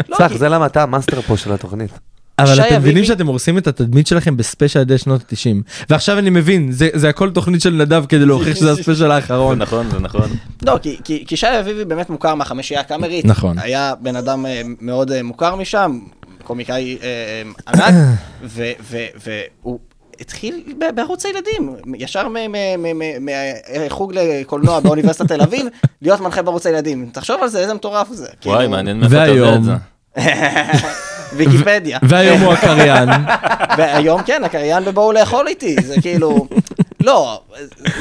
[SPEAKER 3] לא,
[SPEAKER 2] צח,
[SPEAKER 3] כי-
[SPEAKER 2] זה למה אתה המאסטר פה של התוכנית.
[SPEAKER 1] אבל
[SPEAKER 3] שי
[SPEAKER 1] אתם מבינים
[SPEAKER 3] אביבי-
[SPEAKER 1] שאתם הורסים את התדמית שלכם בספיישל עד שנות ה-90. ועכשיו אני מבין, זה זה הכל תוכנית של נדב כדי להוכיח שזה הספיישל
[SPEAKER 4] זה
[SPEAKER 1] האחרון.
[SPEAKER 4] נכון, זה נכון.
[SPEAKER 1] כאילו,
[SPEAKER 3] לא, כי, כי, כי שי אביבי באמת מוכר מהחמישייה הקאמרית.
[SPEAKER 1] נכון.
[SPEAKER 3] היה בן אדם אה, מאוד אה, מוכר משם, קומיקאי אה, אה, ענק, ו- ו- והוא התחיל ב- בערוץ הילדים, ישר מ- מ- מ- מ- מהחוג לקולנוע באוניברסיטת תל אביב, להיות מנחה בערוץ הילדים. תחשוב על זה, איזה מטורף זה.
[SPEAKER 4] וואי,
[SPEAKER 3] כאילו,
[SPEAKER 4] מעניין מאיפה אתה יודע
[SPEAKER 1] והיום.
[SPEAKER 4] את זה.
[SPEAKER 3] ויקיפדיה.
[SPEAKER 1] והיום הוא הקריין.
[SPEAKER 3] והיום כן, הקריין בבואו לאכול איתי, זה כאילו... לא,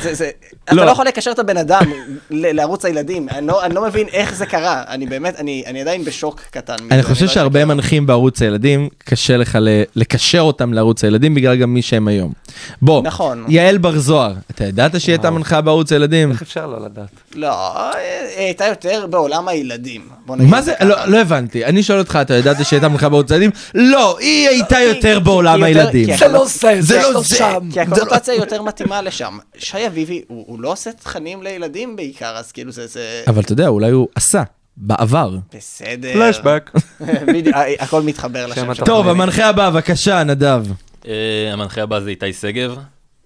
[SPEAKER 3] זה, זה, אתה
[SPEAKER 1] לא.
[SPEAKER 3] לא יכול לקשר את הבן אדם ל- לערוץ הילדים, אני לא, אני לא מבין איך זה קרה, אני באמת, אני, אני עדיין בשוק קטן. מזה,
[SPEAKER 1] אני
[SPEAKER 3] לא
[SPEAKER 1] חושב
[SPEAKER 3] יודע.
[SPEAKER 1] שהרבה מנחים בערוץ הילדים, קשה לך ל- לקשר אותם לערוץ הילדים בגלל גם מי שהם היום. בוא,
[SPEAKER 3] נכון.
[SPEAKER 1] יעל בר זוהר, אתה ידעת שהיא הייתה מנחה בערוץ הילדים?
[SPEAKER 2] איך אפשר לא לדעת?
[SPEAKER 3] לא, היא הייתה יותר בעולם הילדים. בוא נגיד
[SPEAKER 1] מה זה?
[SPEAKER 3] ככה.
[SPEAKER 1] לא לא הבנתי. אני שואל אותך, אתה ידעת שהיא הייתה מנחה בערוץ הילדים? לא, היא הייתה יותר בעולם
[SPEAKER 3] היא יותר-
[SPEAKER 1] הילדים.
[SPEAKER 3] כן. זה לא
[SPEAKER 1] זה, זה לא זה.
[SPEAKER 3] כי הקונוטציה יותר מתאימה לשם. שי אביבי, הוא הוא לא עושה תכנים לילדים בעיקר, אז כאילו זה... זה...
[SPEAKER 1] אבל אתה יודע, אולי הוא עשה, בעבר.
[SPEAKER 3] בסדר.
[SPEAKER 2] פלשבק.
[SPEAKER 3] בדיוק, ה- הכל מתחבר לשם. נכון,
[SPEAKER 2] שם
[SPEAKER 3] שלו.
[SPEAKER 1] טוב, המנחה הבא, בבקשה, נדב.
[SPEAKER 4] אה, המנחה הבא זה איתי שגב,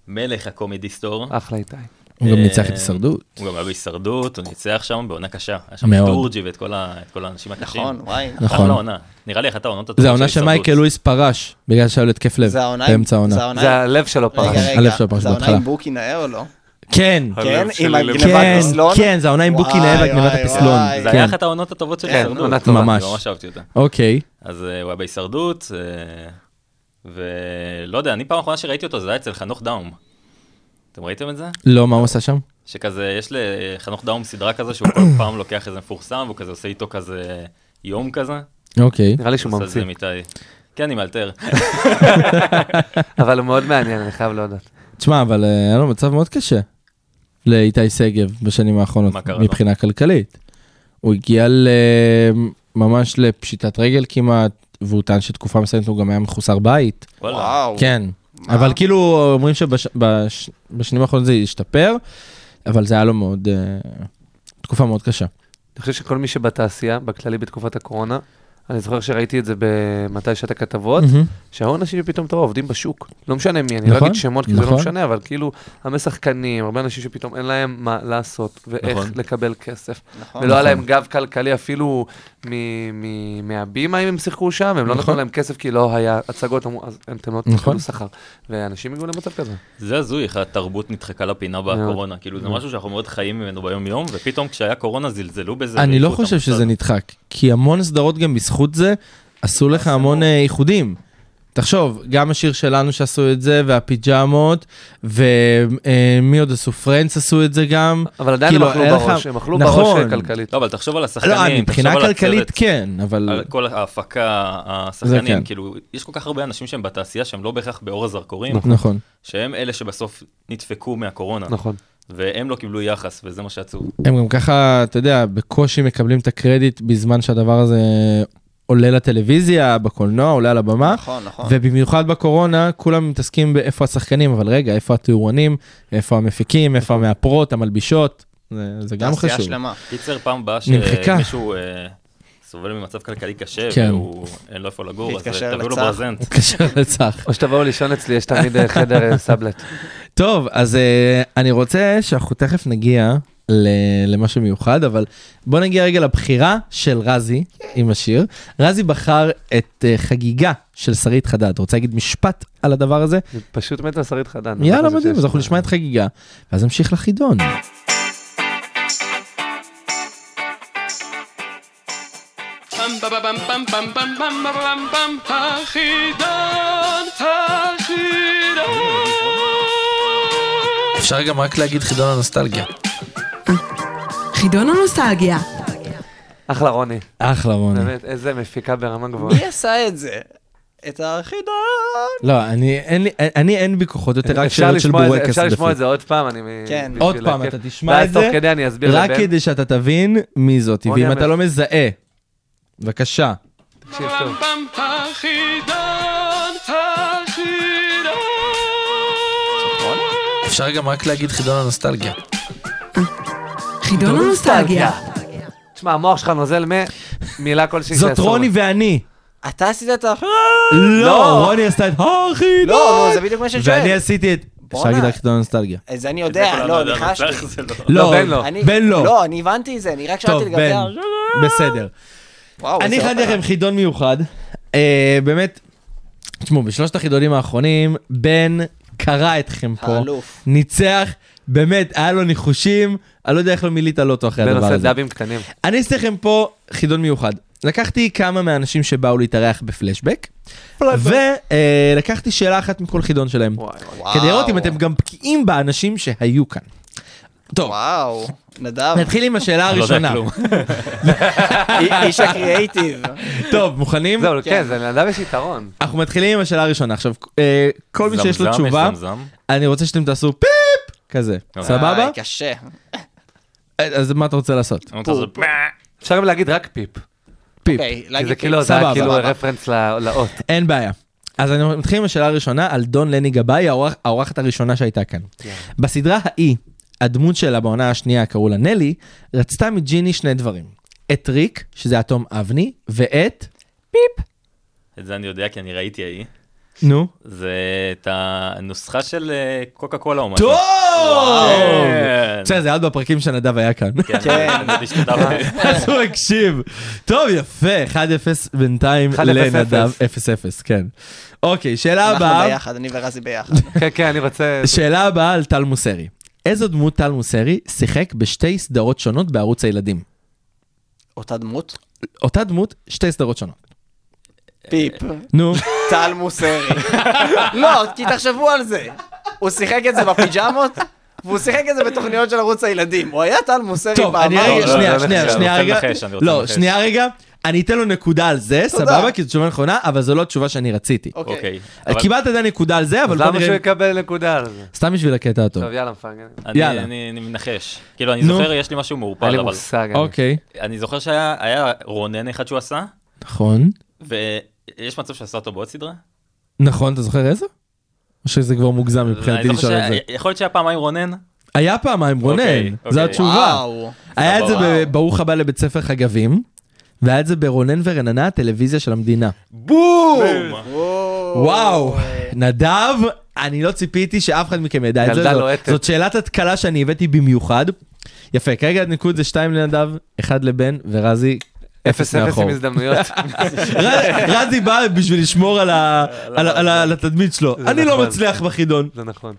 [SPEAKER 4] מלך הקומדי סטור.
[SPEAKER 2] אחלה איתי.
[SPEAKER 1] אה, הוא גם
[SPEAKER 4] אה,
[SPEAKER 1] ניצח את הישרדות.
[SPEAKER 4] הוא גם היה בהישרדות, הוא ניצח שם בעונה קשה. היה שם את
[SPEAKER 1] מאוד.
[SPEAKER 4] דורג'י ואת כל ה- את כל האנשים הקשים.
[SPEAKER 3] נכון, וואי.
[SPEAKER 1] נכון.
[SPEAKER 4] אחלה עונה. נראה לי אחת העונות הטובות
[SPEAKER 1] זה העונה
[SPEAKER 4] של
[SPEAKER 1] שמייקל
[SPEAKER 4] הישרדות.
[SPEAKER 1] לואיס פרש, בגלל שהיה לו התקף לב,
[SPEAKER 3] זה העונה עם-
[SPEAKER 1] באמצע
[SPEAKER 3] זה
[SPEAKER 1] העונה.
[SPEAKER 3] העונה
[SPEAKER 2] זה
[SPEAKER 3] עם-
[SPEAKER 2] הלב שלו פרש.
[SPEAKER 3] רגע, רגע,
[SPEAKER 1] הלב שלו פרש
[SPEAKER 3] זה העונה
[SPEAKER 1] בהתחלה.
[SPEAKER 3] עם בוקי נאה או לא?
[SPEAKER 1] כן,
[SPEAKER 3] כן,
[SPEAKER 7] הלב
[SPEAKER 3] עם
[SPEAKER 7] שלי לב.
[SPEAKER 3] הגנבת
[SPEAKER 1] כן,
[SPEAKER 3] פסלון?
[SPEAKER 1] כן, זה העונה עם בוקי נאה
[SPEAKER 3] וואי,
[SPEAKER 1] והגנבת
[SPEAKER 3] וואי,
[SPEAKER 1] הפסלון.
[SPEAKER 3] וואי.
[SPEAKER 4] זה
[SPEAKER 1] כן.
[SPEAKER 4] היה אחת העונות הטובות של
[SPEAKER 2] כן,
[SPEAKER 4] הישרדות.
[SPEAKER 2] עונה טובה.
[SPEAKER 1] ממש.
[SPEAKER 4] אני ממש אהבתי אותה.
[SPEAKER 1] אוקיי.
[SPEAKER 4] אז אה, הוא היה בהישרדות, אה, ולא יודע, אני פעם אחרונה שראיתי אותו זה היה אצל חנוך דאום. אתם ראיתם את זה?
[SPEAKER 1] לא, מה הוא עשה שם?
[SPEAKER 4] שכזה, יש לחנוך דאום סדרה כזה שהוא כל פעם לוקח איזה מפורסם, והוא כזה עושה איתו כזה יום כזה.
[SPEAKER 1] אוקיי.
[SPEAKER 2] נראה לי
[SPEAKER 4] הוא
[SPEAKER 2] שהוא
[SPEAKER 4] עושה את זה
[SPEAKER 2] ממציא.
[SPEAKER 4] עם איתי. כן, עם אלתר.
[SPEAKER 2] אבל הוא מאוד מעניין, אני חייב להודות.
[SPEAKER 1] תשמע, אבל אה, היה לו מצב מאוד קשה לאיתי שגב בשנים האחרונות,
[SPEAKER 4] מה קרה לו?
[SPEAKER 1] מבחינה כלכלית. הוא הגיע ל- ממש לפשיטת רגל כמעט, והוא טען שתקופה מסוימת הוא גם היה מחוסר בית.
[SPEAKER 4] וואלה.
[SPEAKER 3] וואו.
[SPEAKER 1] כן, אבל כאילו אומרים שבשנים האחרונות זה השתפר, אבל זה היה לו מאוד, אה, תקופה מאוד קשה.
[SPEAKER 2] אני חושב שכל מי שבתעשייה, בכללי בתקופת הקורונה, אני זוכר שראיתי את זה במתי שעת הכתבות,
[SPEAKER 1] מהמם.
[SPEAKER 2] שההון אנשים שפתאום, אתה רואה, עובדים בשוק. לא משנה מי, אני לא
[SPEAKER 1] נכון,
[SPEAKER 2] אגיד שמות, כי זה לא
[SPEAKER 1] נכון.
[SPEAKER 2] משנה, אבל כאילו, הרבה שחקנים, הרבה אנשים שפתאום אין להם מה לעשות, ואיך
[SPEAKER 4] נכון.
[SPEAKER 2] לקבל כסף.
[SPEAKER 3] נכון.
[SPEAKER 2] ולא היה להם גב כלכלי אפילו מ- מ- מהבימה אם הם שיחקו שם, הם לא נתנו להם כסף כי לא היה הצגות, אמרו, אז אתם לא
[SPEAKER 1] נכון.
[SPEAKER 2] תקבלו שכר. ואנשים הגיעו למצב כזה.
[SPEAKER 4] זה הזוי איך התרבות נדחקה לפינה בקורונה. כאילו, זה משהו שאנחנו מאוד חיים ממנו ביום-יום, ופתאום כשהיה קורונה זלזלו בזה.
[SPEAKER 1] אני לא
[SPEAKER 4] והעיפו
[SPEAKER 1] חושב
[SPEAKER 4] אותם
[SPEAKER 1] שזה
[SPEAKER 4] קצת.
[SPEAKER 1] נדחק, כי המון סדרות גם בזכות זה, עשו
[SPEAKER 4] לא,
[SPEAKER 1] לך המון אה, איחודים. תחשוב, גם השיר שלנו שעשו את זה, והפיג'מות, ומי עוד עשו? פרנץ עשו את זה גם.
[SPEAKER 2] אבל עדיין הם
[SPEAKER 1] כאילו,
[SPEAKER 2] אכלו
[SPEAKER 1] היה לך-
[SPEAKER 2] בראש, הם אכלו
[SPEAKER 1] נכון.
[SPEAKER 2] בראש כלכלית.
[SPEAKER 4] לא, אבל תחשוב על
[SPEAKER 1] לא,
[SPEAKER 4] השחקנים,
[SPEAKER 1] מבחינה
[SPEAKER 4] תחשוב על
[SPEAKER 1] כלכלית
[SPEAKER 4] הצוות,
[SPEAKER 1] כן, אבל
[SPEAKER 4] על כל ההפקה, השחקנים,
[SPEAKER 1] כן.
[SPEAKER 4] כאילו, יש כל כך הרבה אנשים שהם בתעשייה שהם לא בהכרח באור הזרקורים,
[SPEAKER 1] נכון.
[SPEAKER 4] שהם אלה שבסוף נדפקו מהקורונה,
[SPEAKER 2] נכון.
[SPEAKER 4] והם לא קיבלו יחס, וזה מה שעצוב.
[SPEAKER 1] הם גם ככה, אתה יודע, בקושי מקבלים את הקרדיט בזמן שהדבר הזה עולה לטלוויזיה, בקולנוע, עולה על הבמה.
[SPEAKER 3] נכון, נכון.
[SPEAKER 1] ובמיוחד בקורונה, כולם מתעסקים באיפה השחקנים, אבל רגע, איפה התאורנים, איפה המפיקים, איפה המאפרות, המלבישות, זה, זה גם
[SPEAKER 3] תעשייה
[SPEAKER 1] חשוב.
[SPEAKER 3] שלמה.
[SPEAKER 4] קיצר, פעם הבאה
[SPEAKER 1] נמחקה.
[SPEAKER 4] שמישהו אה, סובל ממצב כלכלי קשה,
[SPEAKER 1] כן.
[SPEAKER 4] והוא אין לו איפה לגור, אז
[SPEAKER 3] להתקשר
[SPEAKER 4] אה, תביאו לו
[SPEAKER 3] לצח.
[SPEAKER 4] ברזנט.
[SPEAKER 1] קשר לצח.
[SPEAKER 2] או שתבואו לישון אצלי, יש תמיד אה, חדר אה, סאבלט.
[SPEAKER 1] טוב, אז אה, אני רוצה שאנחנו תכף נגיע ל- למשהו מיוחד, אבל בוא נגיע רגע לבחירה של רזי עם השיר. רזי בחר את אה, חגיגה של שרית חדד. רוצה להגיד משפט על הדבר הזה?
[SPEAKER 2] אני פשוט מת על שרית חדן.
[SPEAKER 1] יאללה,
[SPEAKER 2] אני לא חושב
[SPEAKER 1] מדהים, אז
[SPEAKER 2] שיש-
[SPEAKER 1] אנחנו נשמע את חגיגה, ואז נמשיך לחידון.
[SPEAKER 8] פם פם פם פם פם פם פם פם פם פם החידון, החידון.
[SPEAKER 1] אפשר גם רק להגיד חידון הנוסטלגיה.
[SPEAKER 5] חידון הנוסטלגיה,
[SPEAKER 2] אחלה רוני,
[SPEAKER 1] Mm. אחלה רוני.
[SPEAKER 2] באמת, איזה מפיקה ברמה גבוהה.
[SPEAKER 3] מי עשה את זה? את הארכידון.
[SPEAKER 1] לא, אני אין לי, אני אין בי כוחות יותר, רק
[SPEAKER 2] אפשר
[SPEAKER 1] שאלות של
[SPEAKER 2] לשמוע את זה-
[SPEAKER 1] בורקס.
[SPEAKER 2] אפשר לשמוע
[SPEAKER 1] בפי.
[SPEAKER 2] את זה עוד פעם, אני... מ-
[SPEAKER 3] כן.
[SPEAKER 2] בשביל
[SPEAKER 1] עוד פעם,
[SPEAKER 2] הכיף.
[SPEAKER 1] אתה תשמע את
[SPEAKER 2] ואז תוך
[SPEAKER 1] זה,
[SPEAKER 2] כדי אני אסביר
[SPEAKER 1] רק
[SPEAKER 2] לבן.
[SPEAKER 1] כדי שאתה תבין מי זאתי,
[SPEAKER 2] רוני
[SPEAKER 1] ואם אתה
[SPEAKER 2] המלך.
[SPEAKER 1] לא מזהה, בבקשה.
[SPEAKER 2] תקשיב טוב.
[SPEAKER 8] פם החידון, החידון.
[SPEAKER 1] אפשר גם רק להגיד חידון הנוסטלגיה.
[SPEAKER 5] חידון הנוסטלגיה,
[SPEAKER 2] תשמע, המוח שלך נוזל ממילה כלשהי
[SPEAKER 1] זאת
[SPEAKER 2] שאסור.
[SPEAKER 1] רוני ואני.
[SPEAKER 3] אתה עשית את הארכידון.
[SPEAKER 1] לא,
[SPEAKER 3] לא.
[SPEAKER 1] רוני עשתה את
[SPEAKER 3] לא, נו, זה
[SPEAKER 1] החידון.
[SPEAKER 3] בדיוק מה שאני
[SPEAKER 1] ואני
[SPEAKER 3] שואל.
[SPEAKER 1] עשיתי את... אפשר
[SPEAKER 3] בואנה.
[SPEAKER 1] להגיד רק חידון הנוסטלגיה.
[SPEAKER 3] אז אני
[SPEAKER 4] זה כל
[SPEAKER 3] יודע,
[SPEAKER 4] העולם
[SPEAKER 3] לא,
[SPEAKER 4] יודע,
[SPEAKER 3] ניחשתי.
[SPEAKER 4] אבל זה לא.
[SPEAKER 1] לא,
[SPEAKER 2] בן לא.
[SPEAKER 3] אני-
[SPEAKER 1] בן לא.
[SPEAKER 3] לא, אני הבנתי את זה, אני רק שאלתי
[SPEAKER 1] טוב,
[SPEAKER 3] לגבי
[SPEAKER 1] בן.
[SPEAKER 3] ה... לא,
[SPEAKER 1] בסדר.
[SPEAKER 3] וואו,
[SPEAKER 1] אני
[SPEAKER 3] איזה
[SPEAKER 1] הכנתי
[SPEAKER 3] אופרה.
[SPEAKER 1] לכם חידון מיוחד. אה, באמת, תשמעו, בשלושת החידונים האחרונים, בן קרא אתכם פה.
[SPEAKER 3] האלוף.
[SPEAKER 1] ניצח, באמת, היה לו ניחושים, אני לא יודע איך לא מילאת לוטו אחרי הדבר
[SPEAKER 2] בנושא
[SPEAKER 1] הזה.
[SPEAKER 2] דאבים קטנים.
[SPEAKER 1] אני אעשה לכם פה חידון מיוחד. לקחתי כמה מהאנשים שבאו להתארח בפלשבק, ולקחתי שאלה אחת מכל חידון שלהם.
[SPEAKER 2] וואי, וואי.
[SPEAKER 1] כדי לראות אם אתם גם בקיאים באנשים שהיו כאן. טוב,
[SPEAKER 3] וואו, נדב,
[SPEAKER 1] נתחיל עם השאלה
[SPEAKER 4] לא יודע
[SPEAKER 1] הראשונה.
[SPEAKER 4] כלום.
[SPEAKER 3] אי- איש הקריאייטיב.
[SPEAKER 1] טוב, מוכנים?
[SPEAKER 4] לא-
[SPEAKER 2] זהו,
[SPEAKER 3] כן.
[SPEAKER 2] כן, זה לאדם יש יתרון.
[SPEAKER 1] אנחנו מתחילים עם השאלה הראשונה. עכשיו, אה, כל מי שיש לו
[SPEAKER 4] זמזם, יש
[SPEAKER 1] תשובה,
[SPEAKER 4] זמזם.
[SPEAKER 1] אני רוצה שאתם תעשו פיפ! כזה, סבבה?
[SPEAKER 4] אה,
[SPEAKER 3] איי,
[SPEAKER 4] כן.
[SPEAKER 3] קשה.
[SPEAKER 1] אז מה אתה רוצה לעשות?
[SPEAKER 4] אמרת, זה
[SPEAKER 2] אפשר גם להגיד רק פיפ.
[SPEAKER 1] פיפ.
[SPEAKER 3] אוקיי,
[SPEAKER 2] כי
[SPEAKER 3] להגיד
[SPEAKER 2] זה כאילו, זה
[SPEAKER 1] סבבה,
[SPEAKER 2] היה כאילו
[SPEAKER 1] סבבה.
[SPEAKER 2] רפרנס ל- לאות.
[SPEAKER 1] אין בעיה. אז אני מתחיל עם השאלה הראשונה על דון לני גבאי, האורח- האורחת הראשונה שהייתה כאן.
[SPEAKER 3] כן.
[SPEAKER 1] בסדרה ההיא, הדמות שלה בעונה השנייה, קראו לה נלי, רצתה מג'יני שני דברים. את ריק, שזה אטום אבני, ואת... פיפ.
[SPEAKER 4] את זה אני יודע כי אני ראיתי ההיא.
[SPEAKER 1] נו.
[SPEAKER 3] כן.
[SPEAKER 4] זה את הנוסחה של אה, קוקה קולה או משהו.
[SPEAKER 1] טוב!
[SPEAKER 4] כן.
[SPEAKER 1] בסדר, זה היה עוד בפרקים שנדב היה כאן.
[SPEAKER 4] כן, אני השתתפתי.
[SPEAKER 3] כן.
[SPEAKER 1] אז הוא הקשיב. טוב, יפה, 1-0 בינתיים
[SPEAKER 2] 1-0.
[SPEAKER 1] לנדב 0-0, כן. אוקיי, שאלה
[SPEAKER 3] אנחנו
[SPEAKER 1] הבאה.
[SPEAKER 3] ביחד, אני ורזי ביחד.
[SPEAKER 2] כן, כן, אני רוצה...
[SPEAKER 1] שאלה הבאה על טל מוסרי. איזו דמות טל מוסרי שיחק בשתי סדרות שונות בערוץ הילדים?
[SPEAKER 3] אותה דמות?
[SPEAKER 1] אותה דמות, שתי סדרות שונות.
[SPEAKER 3] פיפ.
[SPEAKER 1] נו,
[SPEAKER 3] אה, טל מוסרי. לא, כי תחשבו על זה. הוא שיחק את זה בפיג'מות, והוא שיחק את זה בתוכניות של ערוץ הילדים. הוא היה טל מוסרי
[SPEAKER 1] טוב, אני רגע,
[SPEAKER 4] לא,
[SPEAKER 1] שנייה,
[SPEAKER 4] לא,
[SPEAKER 1] שנייה,
[SPEAKER 4] אני
[SPEAKER 1] שנייה
[SPEAKER 4] רוצה
[SPEAKER 1] רגע.
[SPEAKER 4] לנחש, אני רוצה
[SPEAKER 1] לא,
[SPEAKER 4] לנחש.
[SPEAKER 1] שנייה רגע. אני אתן לו נקודה על זה, סבבה? כי זו תשובה נכונה, אבל זו לא התשובה שאני רציתי.
[SPEAKER 4] אוקיי. אבל
[SPEAKER 1] אה, קיבלת עדיין נקודה על זה, אבל
[SPEAKER 2] אז
[SPEAKER 1] בוא
[SPEAKER 2] למה שהוא
[SPEAKER 1] נראה...
[SPEAKER 2] יקבל נקודה על זה?
[SPEAKER 1] סתם בשביל הקטע הטוב.
[SPEAKER 2] טוב, יאללה, מפרגן. אין
[SPEAKER 4] אני-
[SPEAKER 1] יאללה.
[SPEAKER 4] אני אני מנחש. כאילו, אני
[SPEAKER 1] נו.
[SPEAKER 4] זוכר, יש לי משהו מעורפל,
[SPEAKER 2] לי
[SPEAKER 4] אבל...
[SPEAKER 2] מושג. אני-
[SPEAKER 1] אוקיי,
[SPEAKER 4] אני זוכר שהיה היה רונן אחד שהוא עשה,
[SPEAKER 1] נכון.
[SPEAKER 4] ויש מצב שעשה אותו בעוד סדרה?
[SPEAKER 1] נכון, אתה זוכר איזה? או שזה כבר מוגזם מבחינתי
[SPEAKER 4] אני זוכר
[SPEAKER 1] לשאול את זה?
[SPEAKER 4] שהיה- יכול להיות שהיה פעמיים רונן?
[SPEAKER 1] היה פעמיים רונן,
[SPEAKER 4] אוקיי,
[SPEAKER 1] זו
[SPEAKER 4] אוקיי.
[SPEAKER 1] התשובה.
[SPEAKER 3] וואו.
[SPEAKER 1] היה את זה
[SPEAKER 4] סבבה.
[SPEAKER 1] בברוך הבא לבית ספר חגבים, והיה את זה ברונן ורננה, הטלוויזיה של המדינה. וואו, נדב, אני לא ציפיתי שאף אחד מכם ידע את זה.
[SPEAKER 2] ילדה
[SPEAKER 1] זו-
[SPEAKER 2] לוהטת.
[SPEAKER 1] זאת שאלת התקלה שאני הבאתי במיוחד. יפה, כרגע הניקוד זה 2 לנדב, 1 לבן, ורזי, 0
[SPEAKER 2] אפס אפס עם
[SPEAKER 1] מאחור.
[SPEAKER 2] הזדמנויות.
[SPEAKER 1] ר- רזי בא בשביל לשמור על ה- על ה- על ה- על התדמית שלו.
[SPEAKER 2] זה
[SPEAKER 1] אני לא
[SPEAKER 2] נכון.
[SPEAKER 1] מצליח בחידון.
[SPEAKER 2] זה נכון.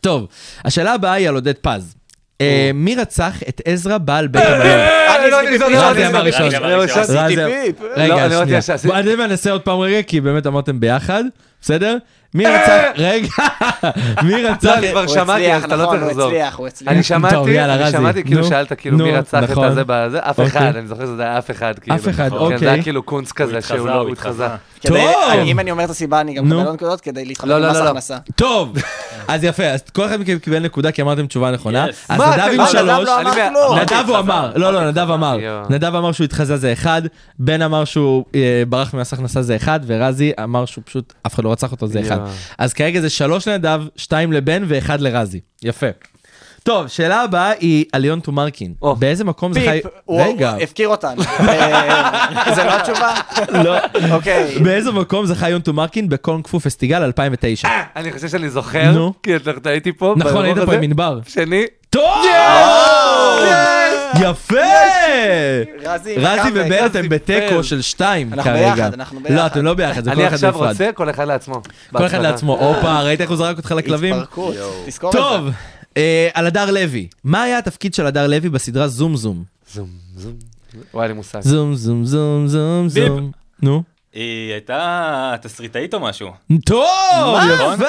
[SPEAKER 1] טוב, השאלה הבאה היא על עודד פז. אה, מי רצח את עזרא בעל בית המלון?
[SPEAKER 2] אני לא
[SPEAKER 3] עשיתי
[SPEAKER 2] ניסיתי,
[SPEAKER 1] פיפ.
[SPEAKER 2] לא
[SPEAKER 1] רזי אמר
[SPEAKER 2] ניסיתי.
[SPEAKER 1] ראשון.
[SPEAKER 2] לא, ראשון.
[SPEAKER 1] רזי-
[SPEAKER 3] עשיתי פיפ.
[SPEAKER 2] לא,
[SPEAKER 1] רגע,
[SPEAKER 2] אני לא
[SPEAKER 1] שנייה.
[SPEAKER 2] יודע שעשית-
[SPEAKER 1] בוא, אני אנסה עוד פעם רגע, כי באמת אמרתם ביחד, בסדר? מי רצח... רגע, מי
[SPEAKER 2] אה! לא,
[SPEAKER 1] רצח...
[SPEAKER 2] אני כבר
[SPEAKER 3] הוא
[SPEAKER 2] שמעתי, אז
[SPEAKER 3] הצליח,
[SPEAKER 2] אתה לא
[SPEAKER 3] נכון,
[SPEAKER 2] צריך
[SPEAKER 3] הוא
[SPEAKER 2] לחזור.
[SPEAKER 3] הצליח, הוא הצליח.
[SPEAKER 2] אני
[SPEAKER 1] טוב,
[SPEAKER 2] שמעתי,
[SPEAKER 1] יאללה,
[SPEAKER 2] אני
[SPEAKER 1] רזי.
[SPEAKER 2] שמעתי, כאילו
[SPEAKER 1] נו,
[SPEAKER 2] שאלת כאילו מי
[SPEAKER 1] נו,
[SPEAKER 2] רצח את
[SPEAKER 1] נכון.
[SPEAKER 2] הזה בזה, אף
[SPEAKER 1] אוקיי.
[SPEAKER 2] אחד, אני זוכר שזה היה אף אחד, כאילו.
[SPEAKER 1] אחד,
[SPEAKER 2] נכון. כן, זה
[SPEAKER 1] אוקיי.
[SPEAKER 2] היה כאילו קונץ כזה, שהוא
[SPEAKER 4] התחזה,
[SPEAKER 2] לא,
[SPEAKER 4] הוא
[SPEAKER 2] הוא התחזה.
[SPEAKER 4] התחזה.
[SPEAKER 3] כדי-
[SPEAKER 1] טוב.
[SPEAKER 3] אם אני אומר את הסיבה, אני גם
[SPEAKER 1] נו.
[SPEAKER 3] מקבל עוד נקודות כדי להתחבר
[SPEAKER 2] לא, לא,
[SPEAKER 3] למס
[SPEAKER 2] לא, לא.
[SPEAKER 3] הכנסה.
[SPEAKER 1] טוב, אז יפה, אז כל אחד מכם קיבל נקודה כי אמרתם תשובה נכונה.
[SPEAKER 4] Yes.
[SPEAKER 1] אז
[SPEAKER 2] מה,
[SPEAKER 1] נדב
[SPEAKER 2] אתם-
[SPEAKER 1] עם
[SPEAKER 2] אה, נדב
[SPEAKER 1] שלוש.
[SPEAKER 3] לא
[SPEAKER 2] אני
[SPEAKER 3] אמר
[SPEAKER 2] מה-
[SPEAKER 3] כלום.
[SPEAKER 1] נדב הוא אמר, לא, לא, נדב אמר,
[SPEAKER 2] אוקיי, יואו.
[SPEAKER 1] נדב אמר שהוא התחזה זה אחד, בן אמר שהוא אה, ברח ממס הכנסה זה אחד, ורזי אמר שהוא פשוט, אף אחד לא רצח אותו זה אחד.
[SPEAKER 2] יואו.
[SPEAKER 1] אז כרגע זה שלוש לנדב, שתיים לבן ואחד לרזי. יפה. טוב, שאלה הבאה היא על יונטו מרקין.
[SPEAKER 2] או.
[SPEAKER 1] באיזה מקום זה חי...
[SPEAKER 3] פיפ, הוא
[SPEAKER 1] רגע,
[SPEAKER 3] הוא הפקיר אותנו. אה, זה לא התשובה?
[SPEAKER 1] לא.
[SPEAKER 3] אוקיי.
[SPEAKER 1] באיזה מקום זכה יונטו מרקין בקונג פו פסטיגל 2009?
[SPEAKER 2] אני חושב שאני זוכר,
[SPEAKER 1] נו.
[SPEAKER 2] כי אתה- אתה הייתי פה.
[SPEAKER 1] נכון,
[SPEAKER 2] ברחוב
[SPEAKER 1] היית פה
[SPEAKER 2] אה, הזה.
[SPEAKER 1] עם ענבר.
[SPEAKER 2] שני,
[SPEAKER 1] טוב! יפה!
[SPEAKER 3] רזי,
[SPEAKER 1] רזי
[SPEAKER 3] לקחת,
[SPEAKER 1] ובר
[SPEAKER 2] רזי
[SPEAKER 1] אתם בתיקו
[SPEAKER 2] בל.
[SPEAKER 1] של שתיים כרגע.
[SPEAKER 3] אנחנו ביחד, אנחנו ביחד.
[SPEAKER 1] לא, אתם לא ביחד, זה כל
[SPEAKER 2] אני
[SPEAKER 1] אחד
[SPEAKER 2] עכשיו
[SPEAKER 1] נפרד.
[SPEAKER 2] רוצה כל אחד לעצמו.
[SPEAKER 1] כל אחד
[SPEAKER 2] בהצלחה.
[SPEAKER 1] לעצמו. הופה, ראית איך הוא זרק אותך לכלבים?
[SPEAKER 3] התפרקות, תזכור את זה.
[SPEAKER 1] טוב, אה, על הדר לוי. מה היה התפקיד של הדר לוי בסדרה זום זום?
[SPEAKER 2] זום, זום. וואי, אין לי מושג.
[SPEAKER 1] זום זום זום זום זום. נו.
[SPEAKER 4] היא הייתה תסריטאית או משהו.
[SPEAKER 1] אה. טוב, יפה!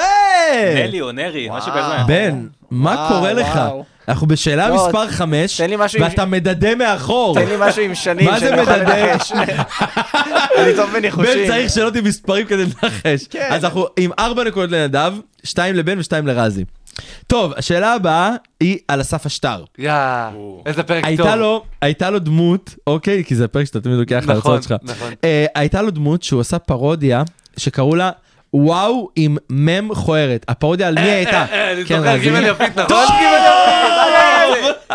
[SPEAKER 4] נלי או נרי, משהו
[SPEAKER 3] וואו.
[SPEAKER 4] כזה.
[SPEAKER 1] בן, מה
[SPEAKER 3] נכון. וואו,
[SPEAKER 1] קורה לך?
[SPEAKER 3] וואו.
[SPEAKER 1] אנחנו בשאלה
[SPEAKER 3] לא,
[SPEAKER 1] מספר 5,
[SPEAKER 3] תן לי משהו עם-
[SPEAKER 1] ואתה מדדה מאחור.
[SPEAKER 3] תן לי משהו עם שנים
[SPEAKER 1] מה זה
[SPEAKER 3] שאני לא יכול
[SPEAKER 1] מדדה?
[SPEAKER 3] לנחש. אני טוב
[SPEAKER 1] בן
[SPEAKER 3] בניחושים.
[SPEAKER 1] צריך שאלות עם מספרים כדי לנחש.
[SPEAKER 3] כן.
[SPEAKER 1] אז אנחנו עם ארבע נקודות לנדב, שתיים לבן ושתיים לרזי. טוב, השאלה הבאה היא על אסף השטר.
[SPEAKER 2] יא, איזה פרק אוקיי, טוב.
[SPEAKER 1] הייתה לו, הייתה לו דמות, אוקיי, כי זה הפרק שאתה תמיד לוקח
[SPEAKER 2] נכון,
[SPEAKER 1] להרצאות שלך.
[SPEAKER 2] נכון.
[SPEAKER 1] אה, הייתה לו דמות שהוא עשה פרודיה, שקראו לה וואו עם מם מכוערת. הפרודיה על מי הייתה?
[SPEAKER 2] אה, אני
[SPEAKER 1] כן,
[SPEAKER 2] זוכר,
[SPEAKER 1] רזי.
[SPEAKER 2] גימל יפית, נכון?
[SPEAKER 1] טוב!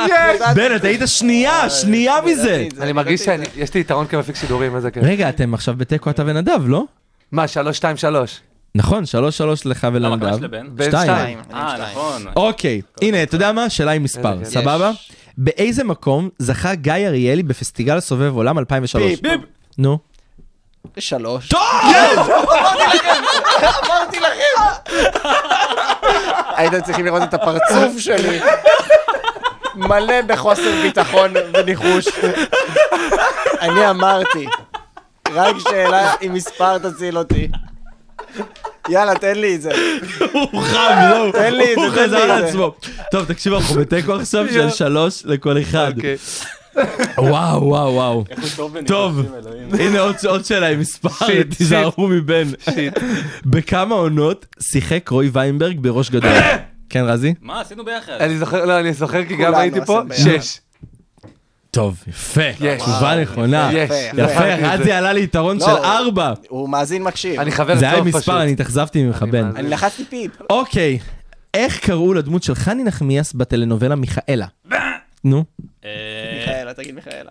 [SPEAKER 3] ידעתי את זה.
[SPEAKER 1] בן, אתה היית
[SPEAKER 2] אה,
[SPEAKER 1] שנייה, שנייה מזה.
[SPEAKER 3] ידעתי את זה,
[SPEAKER 2] אני
[SPEAKER 3] ידעתי
[SPEAKER 2] מרגיש
[SPEAKER 3] את זה.
[SPEAKER 2] שיש לי יתרון כמפיק שידורים, איזה כיף.
[SPEAKER 1] רגע, אתם עכשיו בתיקו אתה ונדב, לא?
[SPEAKER 2] מה, שלוש, שתיים, שלוש.
[SPEAKER 1] נכון, שלוש שלוש לך
[SPEAKER 4] למה, כמה
[SPEAKER 1] ולנדב.
[SPEAKER 4] של לבן?
[SPEAKER 2] בן
[SPEAKER 1] שתיים.
[SPEAKER 2] שתיים.
[SPEAKER 3] אני עם
[SPEAKER 4] אה,
[SPEAKER 3] שתיים.
[SPEAKER 4] נכון.
[SPEAKER 1] אוקיי, הנה, אתה יודע מה? שאלה עם מספר,
[SPEAKER 2] איזה כיף.
[SPEAKER 1] סבבה? באיזה מקום זכה גיא אריאלי בפסטיגל סובב עולם 2003?
[SPEAKER 3] פיפ.
[SPEAKER 1] נו.
[SPEAKER 3] שלוש. כן!
[SPEAKER 1] טוב!
[SPEAKER 3] אמרתי לכם! הייתם צריכים לראות את הפרצוף שלי. מלא בחוסר ביטחון וניחוש. אני אמרתי, רק שאלה אם מספר תציל אותי. יאללה, תן לי את זה.
[SPEAKER 1] הוא חם, זהו,
[SPEAKER 3] תן לי את זה,
[SPEAKER 1] הוא
[SPEAKER 3] תן
[SPEAKER 1] חזר
[SPEAKER 3] לי את זה.
[SPEAKER 1] לעצמו. טוב, תקשיב, אנחנו בתיקו עכשיו של שלוש לכל אחד.
[SPEAKER 2] אוקיי.
[SPEAKER 1] וואו, וואו, וואו. טוב, הנה עוד- עוד שאלה עם מספר,
[SPEAKER 2] שיט,
[SPEAKER 1] תיזהרו מבין.
[SPEAKER 2] שיט.
[SPEAKER 1] בכמה עונות שיחק רועי ויינברג בראש גדול? כן, רזי?
[SPEAKER 4] מה, עשינו
[SPEAKER 1] אה,
[SPEAKER 4] ביחד.
[SPEAKER 2] אני זוכר, לא, אני זוכר כי גם
[SPEAKER 3] כולנו
[SPEAKER 2] הייתי פה,
[SPEAKER 3] עושים ביחד.
[SPEAKER 2] שש.
[SPEAKER 1] טוב, יפה.
[SPEAKER 2] יש.
[SPEAKER 1] תשובה נכונה.
[SPEAKER 2] יש.
[SPEAKER 3] יפה,
[SPEAKER 1] אה, יפה,
[SPEAKER 2] זכרתי את
[SPEAKER 1] רזי
[SPEAKER 2] זה.
[SPEAKER 1] עלה ליתרון
[SPEAKER 3] לא.
[SPEAKER 1] של ארבע.
[SPEAKER 3] הוא מאזין מקשיב.
[SPEAKER 2] אני חבר טוב פשוט.
[SPEAKER 1] זה היה מספר, אני התאכזבתי ממך,
[SPEAKER 2] אני
[SPEAKER 1] בן.
[SPEAKER 2] מאזין.
[SPEAKER 3] אני לחצתי פיפ.
[SPEAKER 1] אוקיי, איך קראו לדמות של חני נחמיאס בטלנובלה מיכאלה? נו.
[SPEAKER 4] אה,
[SPEAKER 3] מיכאלה, תגיד מיכאלה.
[SPEAKER 1] אה,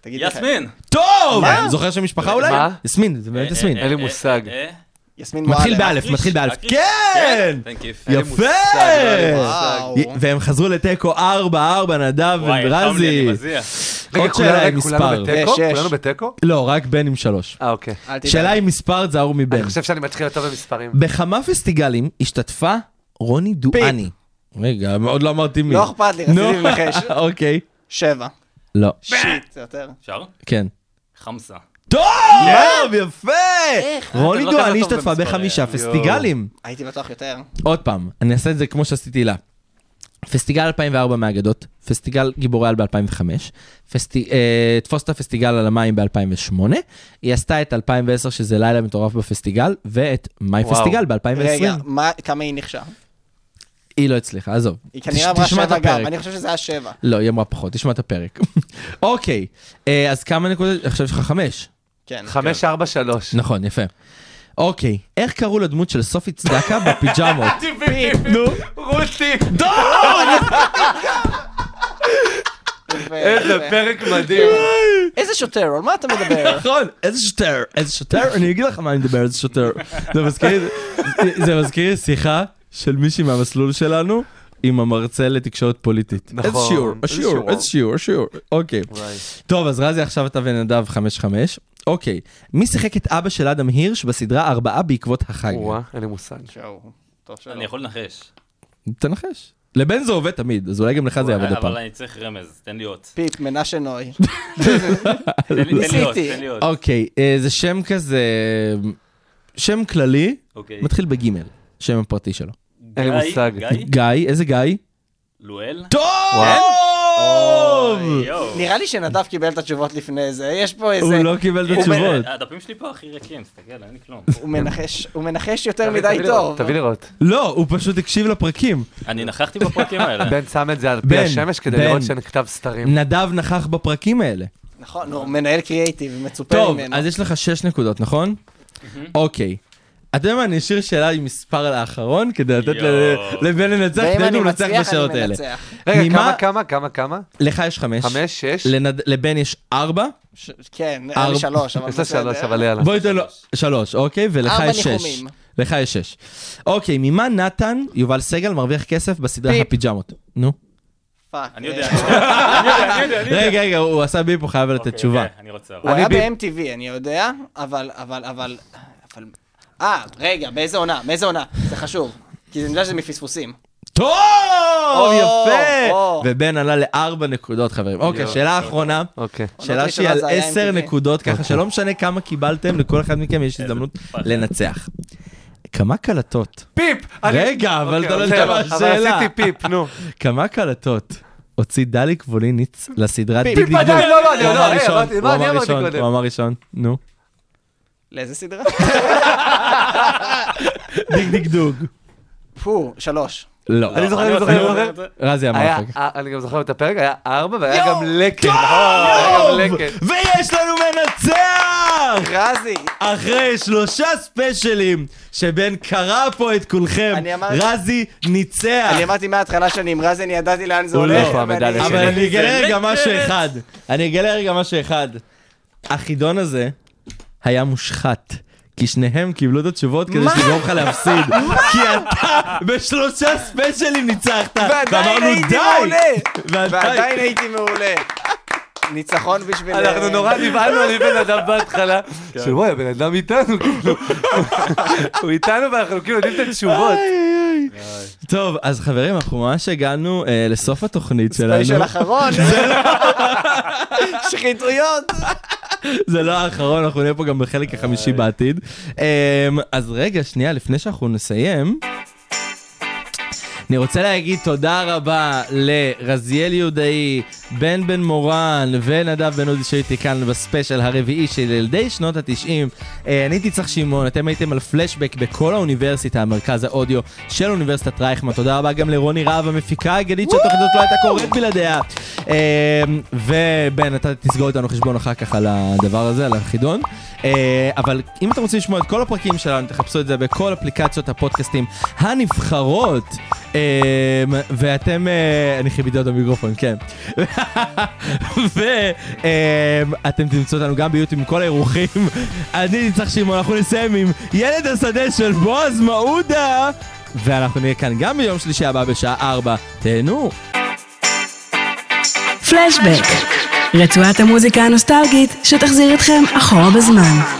[SPEAKER 3] תגיד מיכאלה.
[SPEAKER 4] יסמין.
[SPEAKER 1] טוב! זוכר שם משפחה אולי?
[SPEAKER 2] מה?
[SPEAKER 1] יסמין, זה באמת יסמין.
[SPEAKER 4] אה,
[SPEAKER 2] אין לי
[SPEAKER 4] אה,
[SPEAKER 2] מושג.
[SPEAKER 4] אה, אה,
[SPEAKER 3] יסמין
[SPEAKER 1] מתחיל
[SPEAKER 3] מועלם.
[SPEAKER 1] באלף, מתחיל באלף.
[SPEAKER 4] אקריב.
[SPEAKER 1] כן!
[SPEAKER 4] Thank you.
[SPEAKER 2] לי
[SPEAKER 1] יפה!
[SPEAKER 2] מושג, לא
[SPEAKER 4] אה,
[SPEAKER 2] היה לי
[SPEAKER 3] וואו.
[SPEAKER 1] והם חזרו לתיקו 4-4, נדב
[SPEAKER 4] וואי, חם לי,
[SPEAKER 1] ורזי.
[SPEAKER 4] אני מזיע.
[SPEAKER 1] עוד
[SPEAKER 2] רגע, כולנו-
[SPEAKER 1] שאלה עם
[SPEAKER 2] רגע, כולנו
[SPEAKER 1] מספר.
[SPEAKER 2] בתיקו?
[SPEAKER 3] יש, יש.
[SPEAKER 2] כולנו בתיקו?
[SPEAKER 1] לא, רק בן עם שלוש.
[SPEAKER 2] אה, אוקיי.
[SPEAKER 3] אל תדאג.
[SPEAKER 1] שאלה עם מספר, תזהרו מבן.
[SPEAKER 2] אני חושב שאני מתחיל יותר במספרים.
[SPEAKER 1] בכמה פסטיגלים השתתפה רוני דואני? רגע, עוד לא אמרתי מי.
[SPEAKER 3] לא אכפת לי,
[SPEAKER 1] נו.
[SPEAKER 3] רציתי לנחש.
[SPEAKER 1] אוקיי.
[SPEAKER 3] שבע.
[SPEAKER 1] לא.
[SPEAKER 3] שיט, זה יותר.
[SPEAKER 4] אפשר?
[SPEAKER 1] כן.
[SPEAKER 4] חמסה.
[SPEAKER 1] טוב!
[SPEAKER 3] כן.
[SPEAKER 1] יפה! רוני
[SPEAKER 2] אתה לא כזה
[SPEAKER 1] דואני
[SPEAKER 2] טוב
[SPEAKER 1] השתתפה
[SPEAKER 2] במספרים.
[SPEAKER 1] בחמישה
[SPEAKER 2] יואו.
[SPEAKER 1] פסטיגלים.
[SPEAKER 3] הייתי בטוח יותר.
[SPEAKER 1] עוד פעם, אני אעשה את זה כמו שעשיתי לה. פסטיגל 2004 מאגדות, פסטיגל גיבורי על ב-2005, פסטי, אה, תפוס את הפסטיגל על המים ב-2008, היא עשתה את 2010 שזה לילה מטורף בפסטיגל, ואת מיי
[SPEAKER 2] וואו.
[SPEAKER 1] פסטיגל ב-2020.
[SPEAKER 3] רגע, מה- כמה היא נחשב?
[SPEAKER 1] היא לא הצליחה, עזוב.
[SPEAKER 3] היא
[SPEAKER 1] תש-
[SPEAKER 3] כנראה אמרה
[SPEAKER 1] תשמע את
[SPEAKER 3] שבע
[SPEAKER 1] הפרק.
[SPEAKER 3] גם, אני חושב שזה היה שבע.
[SPEAKER 1] לא, היא אמרה פחות, תשמע את הפרק. אוקיי, אה, אז כמה נקודות? עכשיו יש לך חמש.
[SPEAKER 3] כן.
[SPEAKER 2] חמש, ארבע, שלוש.
[SPEAKER 1] נכון, יפה. אוקיי, איך קראו לדמות של סופי צדקה בפיג'מות? נו,
[SPEAKER 2] רותי!
[SPEAKER 3] יפה,
[SPEAKER 2] איזה
[SPEAKER 3] יפה.
[SPEAKER 2] פרק מדהים.
[SPEAKER 3] כן. איזה שוטר, על מה אתה מדבר?
[SPEAKER 1] נכון, איזה שוטר, איזה שוטר, אני אגיד לך מה אני מדבר, איזה שוטר. זה מזכיר, זה- זה מזכיר שיחה של מישהי מהמסלול שלנו. עם המרצה לתקשורת פוליטית.
[SPEAKER 2] נכון.
[SPEAKER 1] איזה שיעור,
[SPEAKER 2] איזה
[SPEAKER 1] השיעור,
[SPEAKER 2] שיעור.
[SPEAKER 1] איזה שיעור, השיעור. אוקיי.
[SPEAKER 2] וואי.
[SPEAKER 1] טוב, אז רזי עכשיו אתה ונדב 5-5. אוקיי. מי שיחק את אבא של אדם הירש בסדרה ארבעה בעקבות החג?
[SPEAKER 2] וואה, אין לי מושג.
[SPEAKER 3] שואו, טוב שלא.
[SPEAKER 4] אני יכול לנחש.
[SPEAKER 1] תנחש. לבן זה עובד תמיד, אז אולי גם לך זה יעבוד הפעם.
[SPEAKER 4] אבל אני צריך רמז, תן לי אות.
[SPEAKER 3] פיפ, מנשה נוי.
[SPEAKER 4] תן לי תן לי אות,
[SPEAKER 3] ניסיתי.
[SPEAKER 4] תן לי אות.
[SPEAKER 1] אוקיי, אה, זה שם כזה... שם כללי,
[SPEAKER 4] אוקיי.
[SPEAKER 1] מתחיל בגימל, שם הפרטי שלו.
[SPEAKER 2] אין לי
[SPEAKER 4] גיא,
[SPEAKER 2] מושג.
[SPEAKER 4] גיא?
[SPEAKER 1] גיא, איזה גיא?
[SPEAKER 4] לואל?
[SPEAKER 1] טוב!
[SPEAKER 4] יואו.
[SPEAKER 3] נראה לי שנדב קיבל את התשובות לפני זה, יש פה איזה...
[SPEAKER 1] הוא לא קיבל את
[SPEAKER 4] הוא בן-
[SPEAKER 1] התשובות.
[SPEAKER 4] הדפים שלי פה הכי ריקים, תסתכל, אין לי כלום.
[SPEAKER 3] הוא מנחש, הוא מנחש יותר מדי
[SPEAKER 2] תביא לראות,
[SPEAKER 3] טוב.
[SPEAKER 2] תביא לראות.
[SPEAKER 1] לא, הוא פשוט הקשיב לפרקים.
[SPEAKER 4] אני נכחתי בפרקים האלה.
[SPEAKER 2] בן שם את זה על
[SPEAKER 1] בן,
[SPEAKER 2] פי השמש כדי
[SPEAKER 1] בן.
[SPEAKER 2] לראות שאין כתב סתרים.
[SPEAKER 1] נדב נכח בפרקים האלה.
[SPEAKER 3] נכון, הוא מנהל קריאיטיב, מצופה
[SPEAKER 1] טוב,
[SPEAKER 3] ממנו.
[SPEAKER 1] אז יש לך שש נקודות, נכון? אוקיי. אתה יודע מה, אני אשאיר שאלה עם מספר על האחרון, כדי לתת ל-
[SPEAKER 4] יואו.
[SPEAKER 1] לבן לנצח,
[SPEAKER 3] ואם אני
[SPEAKER 1] תן לו לנצח
[SPEAKER 3] מצליח,
[SPEAKER 1] בשאלות
[SPEAKER 3] אני
[SPEAKER 1] האלה.
[SPEAKER 3] מנצח.
[SPEAKER 2] רגע,
[SPEAKER 1] ממה-
[SPEAKER 2] כמה, כמה, כמה, כמה?
[SPEAKER 1] לך יש חמש.
[SPEAKER 2] חמש, שש?
[SPEAKER 1] לנד- לבן יש ארבע.
[SPEAKER 3] ש- כן, היה
[SPEAKER 1] ארבע.
[SPEAKER 3] לי שלוש, אבל
[SPEAKER 2] יש לה
[SPEAKER 3] בסדר.
[SPEAKER 2] שלוש, אבל יאללה.
[SPEAKER 1] בואי ניתן לו שלוש, אוקיי? ולך
[SPEAKER 3] ארבע
[SPEAKER 1] יש שש.
[SPEAKER 3] ניחומים.
[SPEAKER 1] לך יש שש. אוקיי, ממה נתן, יובל סגל, מרוויח כסף בסדרה
[SPEAKER 3] פיפ.
[SPEAKER 1] הפיג'מות? נו.
[SPEAKER 3] פאק.
[SPEAKER 4] אני יודע.
[SPEAKER 3] אה,
[SPEAKER 1] רגע, רגע, הוא עשה ביפ, הוא חייב לתת
[SPEAKER 4] אוקיי,
[SPEAKER 1] תשובה.
[SPEAKER 4] כן, אני רוצה.
[SPEAKER 3] הוא
[SPEAKER 4] אבל-
[SPEAKER 3] היה
[SPEAKER 2] ב-
[SPEAKER 3] ב-MTV, אני יודע, אבל, אבל, אבל... אבל- אה, רגע, באיזה עונה? מאיזה עונה? זה חשוב. כי אני יודע שזה מפספוסים.
[SPEAKER 1] טוב,
[SPEAKER 3] או,
[SPEAKER 1] יפה!
[SPEAKER 3] או.
[SPEAKER 1] ובן עלה לארבע נקודות, חברים. אוקיי, שאלה אחרונה.
[SPEAKER 2] אוקיי.
[SPEAKER 1] שאלה שהיא על
[SPEAKER 3] ראשונות זה היה
[SPEAKER 1] עשר
[SPEAKER 3] MTV.
[SPEAKER 1] נקודות, ככה שלא משנה כמה קיבלתם, לכל אחד מכם יש הזדמנות
[SPEAKER 4] פחד.
[SPEAKER 1] לנצח. כמה קלטות,
[SPEAKER 2] פיפ! אני-
[SPEAKER 1] רגע, אבל
[SPEAKER 2] אוקיי,
[SPEAKER 1] אתה לא
[SPEAKER 2] בסדר,
[SPEAKER 1] יודע מה
[SPEAKER 2] אבל
[SPEAKER 1] השאלה.
[SPEAKER 2] עשיתי פיפ, נו.
[SPEAKER 1] כמה קלטות הוציא דליק ווליניץ לסדרה דיג דיג דוג?
[SPEAKER 2] עדיין, לא, לא, אני
[SPEAKER 1] הוא
[SPEAKER 2] לא,
[SPEAKER 1] אמר
[SPEAKER 2] אה,
[SPEAKER 1] ראשון,
[SPEAKER 2] אמרתי,
[SPEAKER 1] הוא
[SPEAKER 2] מה, אני
[SPEAKER 1] אמר
[SPEAKER 2] אמרתי
[SPEAKER 1] ראשון,
[SPEAKER 2] קודם.
[SPEAKER 1] הוא אמר ראשון, נו.
[SPEAKER 3] לאיזה סדרה?
[SPEAKER 1] דיג דיג דוג.
[SPEAKER 3] פו, שלוש.
[SPEAKER 1] לא. אוקיי.
[SPEAKER 2] אני זוכר,
[SPEAKER 4] אני
[SPEAKER 2] אני
[SPEAKER 4] רוצה,
[SPEAKER 2] זוכר,
[SPEAKER 4] אני
[SPEAKER 2] אני זוכר.
[SPEAKER 1] רזי אמר
[SPEAKER 2] היה,
[SPEAKER 1] אחר כך.
[SPEAKER 2] אה, אני גם זוכר את הפרק, היה ארבע והיה גם לקט. נכון, היה גם לקט.
[SPEAKER 1] ויש לנו מנצח!
[SPEAKER 3] רזי!
[SPEAKER 1] אחרי שלושה ספיישלים שבן קרא פה את כולכם,
[SPEAKER 3] אני אמרתי-
[SPEAKER 1] רזי ניצח.
[SPEAKER 3] אני אמרתי מההתחלה שאני עם רזי, אני ידעתי לאן זה
[SPEAKER 1] הוא
[SPEAKER 3] הולך.
[SPEAKER 1] לא,
[SPEAKER 3] ואני-
[SPEAKER 2] המדליה
[SPEAKER 1] אבל אני אגלה
[SPEAKER 4] זה
[SPEAKER 1] רגע
[SPEAKER 4] נקס.
[SPEAKER 1] משהו אחד. אני אגלה רגע משהו אחד. החידון הזה היה מושחת. כי שניהם קיבלו את התשובות כדי שיגרום לך להפסיד. כי אתה בשלושה ספיישלים ניצחת.
[SPEAKER 3] ועדיין
[SPEAKER 1] ואמרנו,
[SPEAKER 3] הייתי
[SPEAKER 1] "די!"
[SPEAKER 3] מעולה!
[SPEAKER 1] ועדיין-
[SPEAKER 3] ועדיין הייתי מעולה. ניצחון בשביל... אה,
[SPEAKER 2] אנחנו נורא נבהלנו אני בן אדם בהתחלה,
[SPEAKER 1] כן.
[SPEAKER 2] של וואי, הבן אדם איתנו, כאילו. הוא איתנו ואנחנו כאילו יודעים את התשובות.
[SPEAKER 1] טוב, אז חברים, אנחנו ממש הגענו אה, לסוף התוכנית שלנו.
[SPEAKER 3] של אחרון. שחיתויות.
[SPEAKER 1] זה לא האחרון, אנחנו נהיה פה גם בחלק החמישי בעתיד. אמ, אז רגע, שנייה, לפני שאנחנו נסיים, אני רוצה להגיד תודה רבה לרזיאל יהודאי, בן בן מורן ונדב בן עודי שהייתי כאן בספיישל הרביעי של ילדי שנות התשעים. אה, אני הייתי צריך שמעון, אתם הייתם על פלשבק בכל האוניברסיטה, מרכז האודיו של אוניברסיטת רייכמן. תודה רבה גם לרוני רהב, המפיקה האגדית שהתוכנית הזאת לא הייתה קורית בלעדיה. אה, ובן, אתה תסגור איתנו חשבון אחר כך על הדבר הזה, על החידון. אה, אבל אם אתם רוצים לשמוע את כל הפרקים שלנו, תחפשו את זה בכל אפליקציות הפודקאסטים הנבחרות. אה, ואתם, אה, אני חיביתי אותו במיקרופון, כן. ואתם אה, תמצאו אותנו גם ביוטיוב עם כל האירוחים. אני ניצח שמעון, אנחנו נסיים עם ילד השדה של בועז מעודה. ואנחנו נהיה כאן גם ביום שלישי הבא בשעה 4. תהנו.
[SPEAKER 5] פלשבק, רצועת המוזיקה הנוסטלגית שתחזיר אתכם אחורה בזמן.